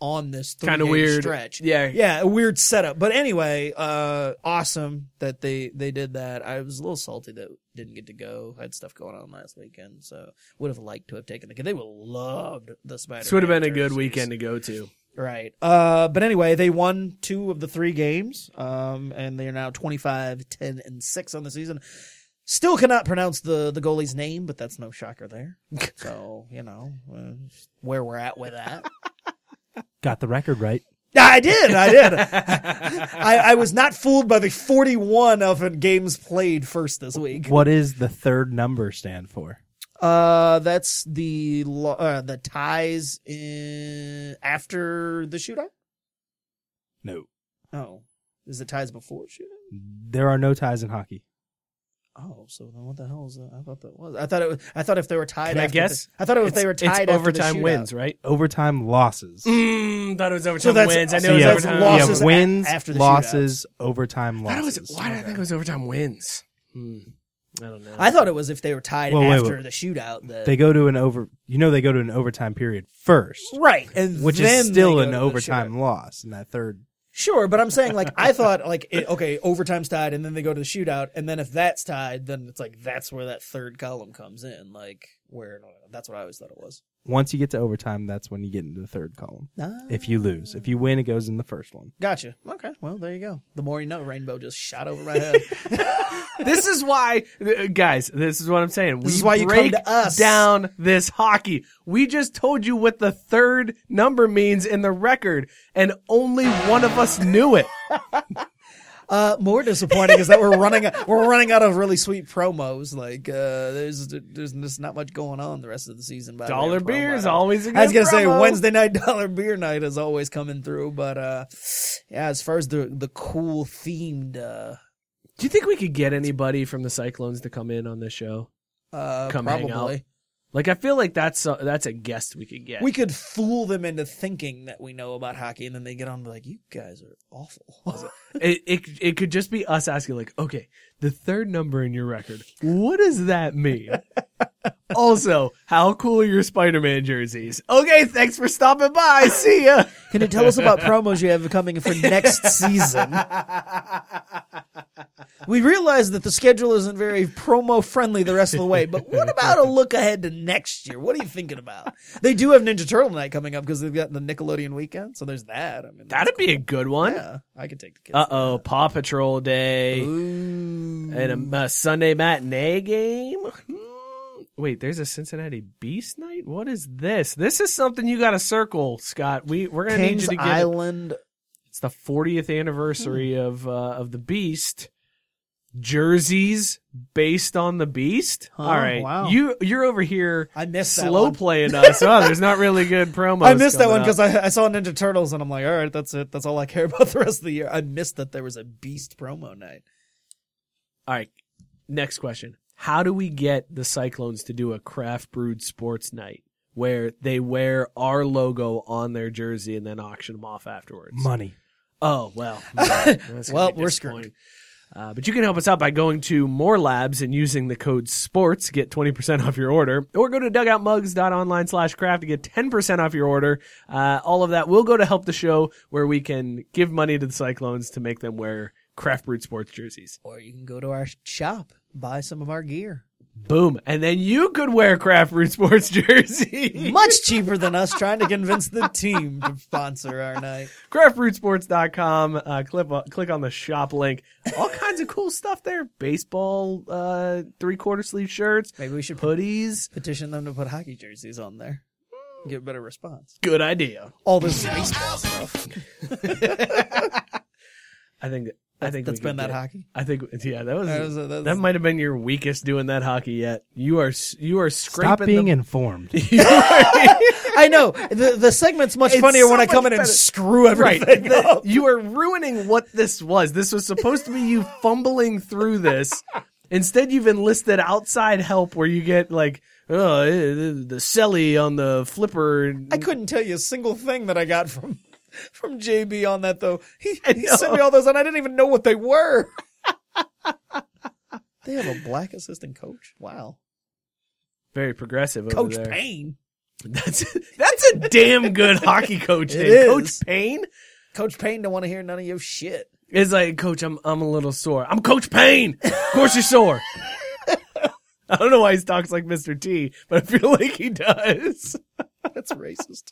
[SPEAKER 2] on this three
[SPEAKER 1] Kind of weird.
[SPEAKER 2] stretch.
[SPEAKER 1] Yeah.
[SPEAKER 2] yeah, a weird setup. But anyway, uh, awesome that they they did that. I was a little salty that didn't get to go. I had stuff going on last weekend, so would have liked to have taken the kid. They would have loved the Spider.
[SPEAKER 1] This would have been a good weekend to go to.
[SPEAKER 2] Right. Uh, but anyway, they won two of the three games, um, and they are now 25, 10, and 6 on the season. Still cannot pronounce the, the goalie's name, but that's no shocker there. So, you know, uh, where we're at with that.
[SPEAKER 4] Got the record right.
[SPEAKER 2] I did. I did. I, I was not fooled by the 41 of games played first this week.
[SPEAKER 4] What is the third number stand for?
[SPEAKER 2] Uh, that's the lo- uh, the ties in after the shootout.
[SPEAKER 4] No,
[SPEAKER 2] Oh, is it ties before shootout?
[SPEAKER 4] there are no ties in hockey.
[SPEAKER 2] Oh, so then what the hell is that? I thought that was. I thought it was. I thought if they were tied.
[SPEAKER 1] Can I
[SPEAKER 2] after
[SPEAKER 1] guess?
[SPEAKER 2] The, I thought it was
[SPEAKER 1] It's-
[SPEAKER 2] they were tied.
[SPEAKER 1] It's
[SPEAKER 2] after
[SPEAKER 1] overtime
[SPEAKER 2] the shootout.
[SPEAKER 1] wins, right?
[SPEAKER 4] Overtime losses.
[SPEAKER 1] Mm, thought it was overtime
[SPEAKER 2] that's-
[SPEAKER 1] wins. I
[SPEAKER 2] so
[SPEAKER 1] know it
[SPEAKER 4] yeah,
[SPEAKER 1] was
[SPEAKER 2] that's
[SPEAKER 1] overtime
[SPEAKER 4] yeah,
[SPEAKER 2] losses. a-
[SPEAKER 4] wins,
[SPEAKER 2] after the
[SPEAKER 4] losses, overtime
[SPEAKER 1] I thought it
[SPEAKER 4] losses.
[SPEAKER 1] was, why did I think it was overtime wins? Hmm. I don't know.
[SPEAKER 2] I thought it was if they were tied
[SPEAKER 4] Well, wait,
[SPEAKER 2] after
[SPEAKER 4] wait.
[SPEAKER 2] the shootout. That,
[SPEAKER 4] They go to an over. You know, they go to an overtime period first,
[SPEAKER 2] right, and
[SPEAKER 4] which
[SPEAKER 2] then
[SPEAKER 4] is
[SPEAKER 2] they
[SPEAKER 4] still
[SPEAKER 2] go
[SPEAKER 4] an
[SPEAKER 2] to the
[SPEAKER 4] overtime
[SPEAKER 2] shootout.
[SPEAKER 4] loss in that third.
[SPEAKER 2] Sure, but I'm saying like I thought like it, okay, overtime's tied, and then they go to the shootout, and then if that's tied, then it's like that's where that third column comes in, like where that's what I always thought it was.
[SPEAKER 4] Once you get to overtime, that's when you get into the third column.
[SPEAKER 2] Ah.
[SPEAKER 4] If you lose, if you win, it goes in the first one.
[SPEAKER 2] Gotcha. Okay. Well, there you go. The more you know, rainbow just shot over my head.
[SPEAKER 1] this is why, uh, guys. This is what I'm saying.
[SPEAKER 2] This is why you come
[SPEAKER 1] break
[SPEAKER 2] to us.
[SPEAKER 1] down this hockey. We just told you what the third number means in the record, and only one of us knew it.
[SPEAKER 2] Uh, more disappointing is that we're running we're running out of really sweet promos. Like uh, there's there's just not much going on the rest of the season. By the way,
[SPEAKER 1] Dollar
[SPEAKER 2] promo
[SPEAKER 1] beer is
[SPEAKER 2] night.
[SPEAKER 1] always. A good
[SPEAKER 2] I was gonna say
[SPEAKER 1] promo.
[SPEAKER 2] Wednesday night dollar beer night is always coming through, but uh, yeah, as far as the the cool themed uh,
[SPEAKER 1] Do you think we could get anybody from the Cyclones to come in on this show?
[SPEAKER 2] uh
[SPEAKER 1] Come hang out.
[SPEAKER 2] probably
[SPEAKER 1] Like, I feel like that's a, that's a guest we could get.
[SPEAKER 2] we could fool them into thinking that we know about hockey, and then they get on and be like, "You guys are awful."
[SPEAKER 1] it, it it could just be us asking, like, okay, the third number in your record. What does that mean? also, how cool are your Spider-Man jerseys? Okay, thanks for stopping by. See ya.
[SPEAKER 2] Can you tell us about promos you have coming for next season? We realize that the schedule isn't very promo friendly the rest of the way, but what about a look ahead to next year? What are you thinking about? They do have Ninja Turtle night coming up because they've got the Nickelodeon weekend, so there's that. I mean,
[SPEAKER 1] That'd be a good one.
[SPEAKER 2] yeah, I could take the kids.
[SPEAKER 1] Uh oh, Paw Patrol Day and a, a Sunday matinee game. Hmm. Wait, there's a Cincinnati Beast night. What is this? This is something you got to circle, Scott. We we're gonna need
[SPEAKER 2] Kings
[SPEAKER 1] you to get. it.
[SPEAKER 2] Island.
[SPEAKER 1] It's the 40th anniversary
[SPEAKER 2] Hmm.
[SPEAKER 1] of uh, of the Beast. Jerseys based on the Beast. All right,
[SPEAKER 2] wow.
[SPEAKER 1] you you're over here.
[SPEAKER 2] I missed that
[SPEAKER 1] slow
[SPEAKER 2] one.
[SPEAKER 1] playing us. Oh, there's not really good promos.
[SPEAKER 2] I missed that
[SPEAKER 1] coming
[SPEAKER 2] one
[SPEAKER 1] up.
[SPEAKER 2] because I, I saw Ninja Turtles and I'm like, all right, that's it. That's all I care about the rest of the year. I missed that there was a Beast promo night.
[SPEAKER 1] All right. Next question. How do we get the Cyclones to do a craft brewed sports night where they wear our logo on their jersey and then auction them off afterwards?
[SPEAKER 4] Money.
[SPEAKER 1] Oh, well. that's gonna be
[SPEAKER 2] Well, we're
[SPEAKER 1] disappointing. Uh, but you can help us out by going to More Labs and using the code SPORTS to get 20% off your order, or go to dugoutmugs.online slash craft to get 10% off your order. Uh, all of that will go to help the show where we can give money to the Cyclones to make them wear craft brewed sports jerseys.
[SPEAKER 2] Or you can go to our shop, buy some of our gear.
[SPEAKER 1] Boom. And then you could wear Craft Root Sports jersey.
[SPEAKER 2] Much cheaper than us trying to convince the team to sponsor our night.
[SPEAKER 1] CraftRootSports.com. Uh, click, on- click on the shop link. All kinds of cool stuff there. Baseball, uh, three quarter sleeve shirts,
[SPEAKER 2] Maybe we should put
[SPEAKER 1] hoodies.
[SPEAKER 2] petition them to put hockey jerseys on there. Get a better response.
[SPEAKER 1] Good idea.
[SPEAKER 2] All this baseball stuff.
[SPEAKER 1] I think, I think
[SPEAKER 2] That's
[SPEAKER 1] we could
[SPEAKER 2] been that
[SPEAKER 1] get-
[SPEAKER 2] hockey.
[SPEAKER 1] I think, yeah, that was,
[SPEAKER 2] That was a- that was-
[SPEAKER 1] that might have been your weakest doing that hockey yet. You are, s- you are scraping
[SPEAKER 4] Stop being
[SPEAKER 1] the,
[SPEAKER 4] informed.
[SPEAKER 2] I know. The the segment's much
[SPEAKER 1] It's
[SPEAKER 2] funnier
[SPEAKER 1] so
[SPEAKER 2] when I
[SPEAKER 1] much
[SPEAKER 2] come in and
[SPEAKER 1] better.
[SPEAKER 2] screw
[SPEAKER 1] Right.
[SPEAKER 2] everything up.
[SPEAKER 1] you are ruining what this was. This was supposed to be you fumbling through this. Instead, you've enlisted outside help where you get like, oh, eh, the the celly on the flipper.
[SPEAKER 2] I couldn't tell you a single thing that I got from from JB on that though. He,
[SPEAKER 1] I
[SPEAKER 2] he sent me all those and I didn't even know what they were. they have a black assistant coach. Wow.
[SPEAKER 1] Very progressive over
[SPEAKER 2] Coach
[SPEAKER 1] there.
[SPEAKER 2] Payne.
[SPEAKER 1] That's that's a damn good hockey coach.
[SPEAKER 2] It
[SPEAKER 1] name.
[SPEAKER 2] is.
[SPEAKER 1] Coach Payne
[SPEAKER 2] Coach Payne don't want to hear none of your shit.
[SPEAKER 1] is like, Coach, I'm I'm a little sore. I'm Coach Payne. Of course you're sore. I don't know why he talks like Mr. T, but I feel like he does.
[SPEAKER 2] That's racist.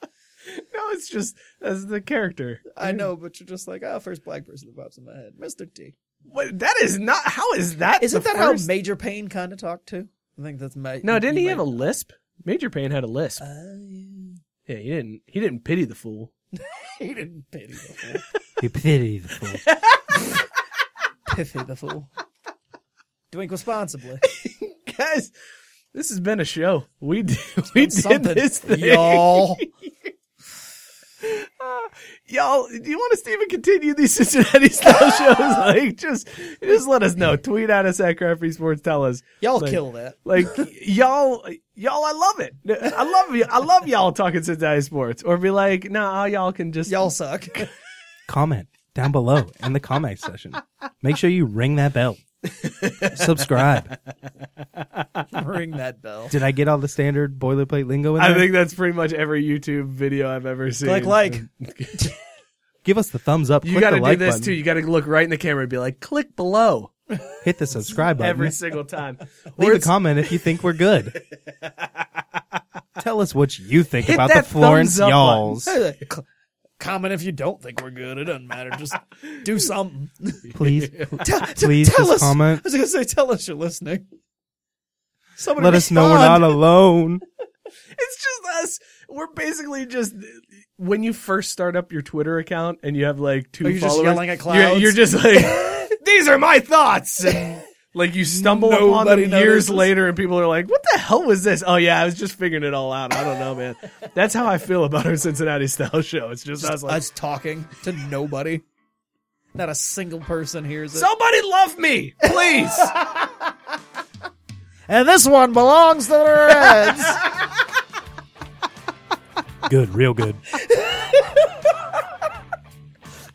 [SPEAKER 1] No, it's just that's the character.
[SPEAKER 2] I know, but you're just like, oh, first black person that pops in my head, Mr. T.
[SPEAKER 1] What, that is not. How is that?
[SPEAKER 2] Isn't
[SPEAKER 1] the
[SPEAKER 2] that how
[SPEAKER 1] first-
[SPEAKER 2] Major Payne kind of talked too? I think that's my.
[SPEAKER 1] no, didn't he have a
[SPEAKER 2] might-
[SPEAKER 1] lisp? Major Payne had a lisp.
[SPEAKER 2] Oh,
[SPEAKER 1] yeah, he didn't. He didn't pity the fool.
[SPEAKER 2] He didn't pity the fool.
[SPEAKER 4] You pity the fool.
[SPEAKER 2] Pity the fool. Drink responsibly.
[SPEAKER 1] Guys, this has been a show. We did, we did
[SPEAKER 2] Something.
[SPEAKER 1] this thing,
[SPEAKER 2] Y'all.
[SPEAKER 1] Y'all, do you want us to even continue these Cincinnati style shows? Like, just just let us know. Tweet at us at Crafty Sports. Tell us.
[SPEAKER 2] Y'all
[SPEAKER 1] Like-
[SPEAKER 2] kill that.
[SPEAKER 1] Like y'all, y'all, I love it. I love you. I love y'all talking Cincinnati sports. Or be like, nah, y'all can just
[SPEAKER 2] Y'all suck.
[SPEAKER 4] Comment down below in the comment section. Make sure you ring that bell. Subscribe.
[SPEAKER 2] Ring that bell.
[SPEAKER 4] Did I get all the standard boilerplate lingo in there?
[SPEAKER 1] I think that's pretty much every YouTube video I've ever seen.
[SPEAKER 2] Click like.
[SPEAKER 4] Give us the thumbs up.
[SPEAKER 1] You
[SPEAKER 4] click
[SPEAKER 1] got to
[SPEAKER 4] the like
[SPEAKER 1] do this
[SPEAKER 4] button,
[SPEAKER 1] too. You got to look right in the camera and be like, "Click below"
[SPEAKER 4] Hit the subscribe button.
[SPEAKER 1] every single time. Or
[SPEAKER 4] Leave a
[SPEAKER 1] it's-
[SPEAKER 4] comment if you think we're good. Tell us what you think
[SPEAKER 1] Hit
[SPEAKER 4] about
[SPEAKER 1] that
[SPEAKER 4] the Florence
[SPEAKER 1] thumbs up button.
[SPEAKER 4] Yalls.
[SPEAKER 2] Comment if you don't think we're good. It doesn't matter. Just do something.
[SPEAKER 4] Please,
[SPEAKER 2] Tell,
[SPEAKER 4] Please
[SPEAKER 2] tell
[SPEAKER 4] just
[SPEAKER 2] us.
[SPEAKER 4] comment.
[SPEAKER 2] I was gonna say, tell us you're listening. Somebody
[SPEAKER 4] let us know we're
[SPEAKER 2] respond.
[SPEAKER 4] not alone.
[SPEAKER 1] it's just us. We're basically just when you first start up your Twitter account and you have like two
[SPEAKER 2] Are you Oh, just
[SPEAKER 1] followers.
[SPEAKER 2] yelling at
[SPEAKER 1] you're- You're,
[SPEAKER 2] clouds?
[SPEAKER 1] just like, "These are my thoughts." And, like you stumble upon them
[SPEAKER 2] Nobody
[SPEAKER 1] years
[SPEAKER 2] notices.
[SPEAKER 1] later, and people are like, "What the hell was this?" Oh yeah, I was just figuring it all out. I don't know, man. That's how I feel about our Cincinnati style show. It's just, us like,
[SPEAKER 2] us talking to nobody. Not a single person hears it.
[SPEAKER 1] somebody love me, please.
[SPEAKER 2] and this one belongs to the Reds.
[SPEAKER 4] Good, real good.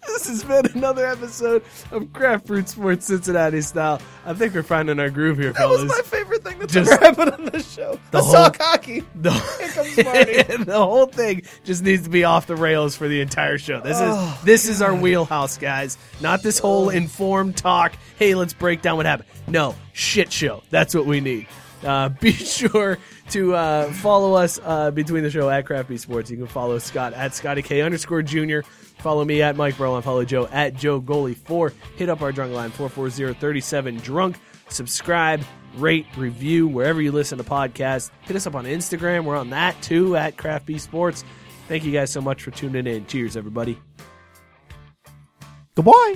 [SPEAKER 1] This has been another episode of Craft Root Sports Cincinnati Style. I think we're finding our groove here,
[SPEAKER 2] that was
[SPEAKER 1] fellas.
[SPEAKER 2] my favorite thing that's
[SPEAKER 1] Just-
[SPEAKER 2] ever happened on on the show.
[SPEAKER 1] The
[SPEAKER 2] Let's
[SPEAKER 1] whole-
[SPEAKER 2] talk hockey.
[SPEAKER 1] The,
[SPEAKER 2] Here comes Marty.
[SPEAKER 1] the whole thing just needs to be off the rails for the entire show. This
[SPEAKER 2] Oh,
[SPEAKER 1] is this is our wheelhouse, guys. Not this whole informed talk. Hey, let's break down what happened. No shit show. That's what we need. Uh, be sure to uh, follow us uh, between the show at Crafty Sports. You can follow Scott at Scotty K underscore Junior. Follow me at Mike Brown. Follow Joe at Joe Goalie Four. Hit up our drunk line 440-37 drunk subscribe, rate, review wherever you listen to podcasts. Hit us up on Instagram. We're on that too at Craft Bee Sports. Thank you guys so much for tuning in. Cheers, everybody.
[SPEAKER 4] Goodbye.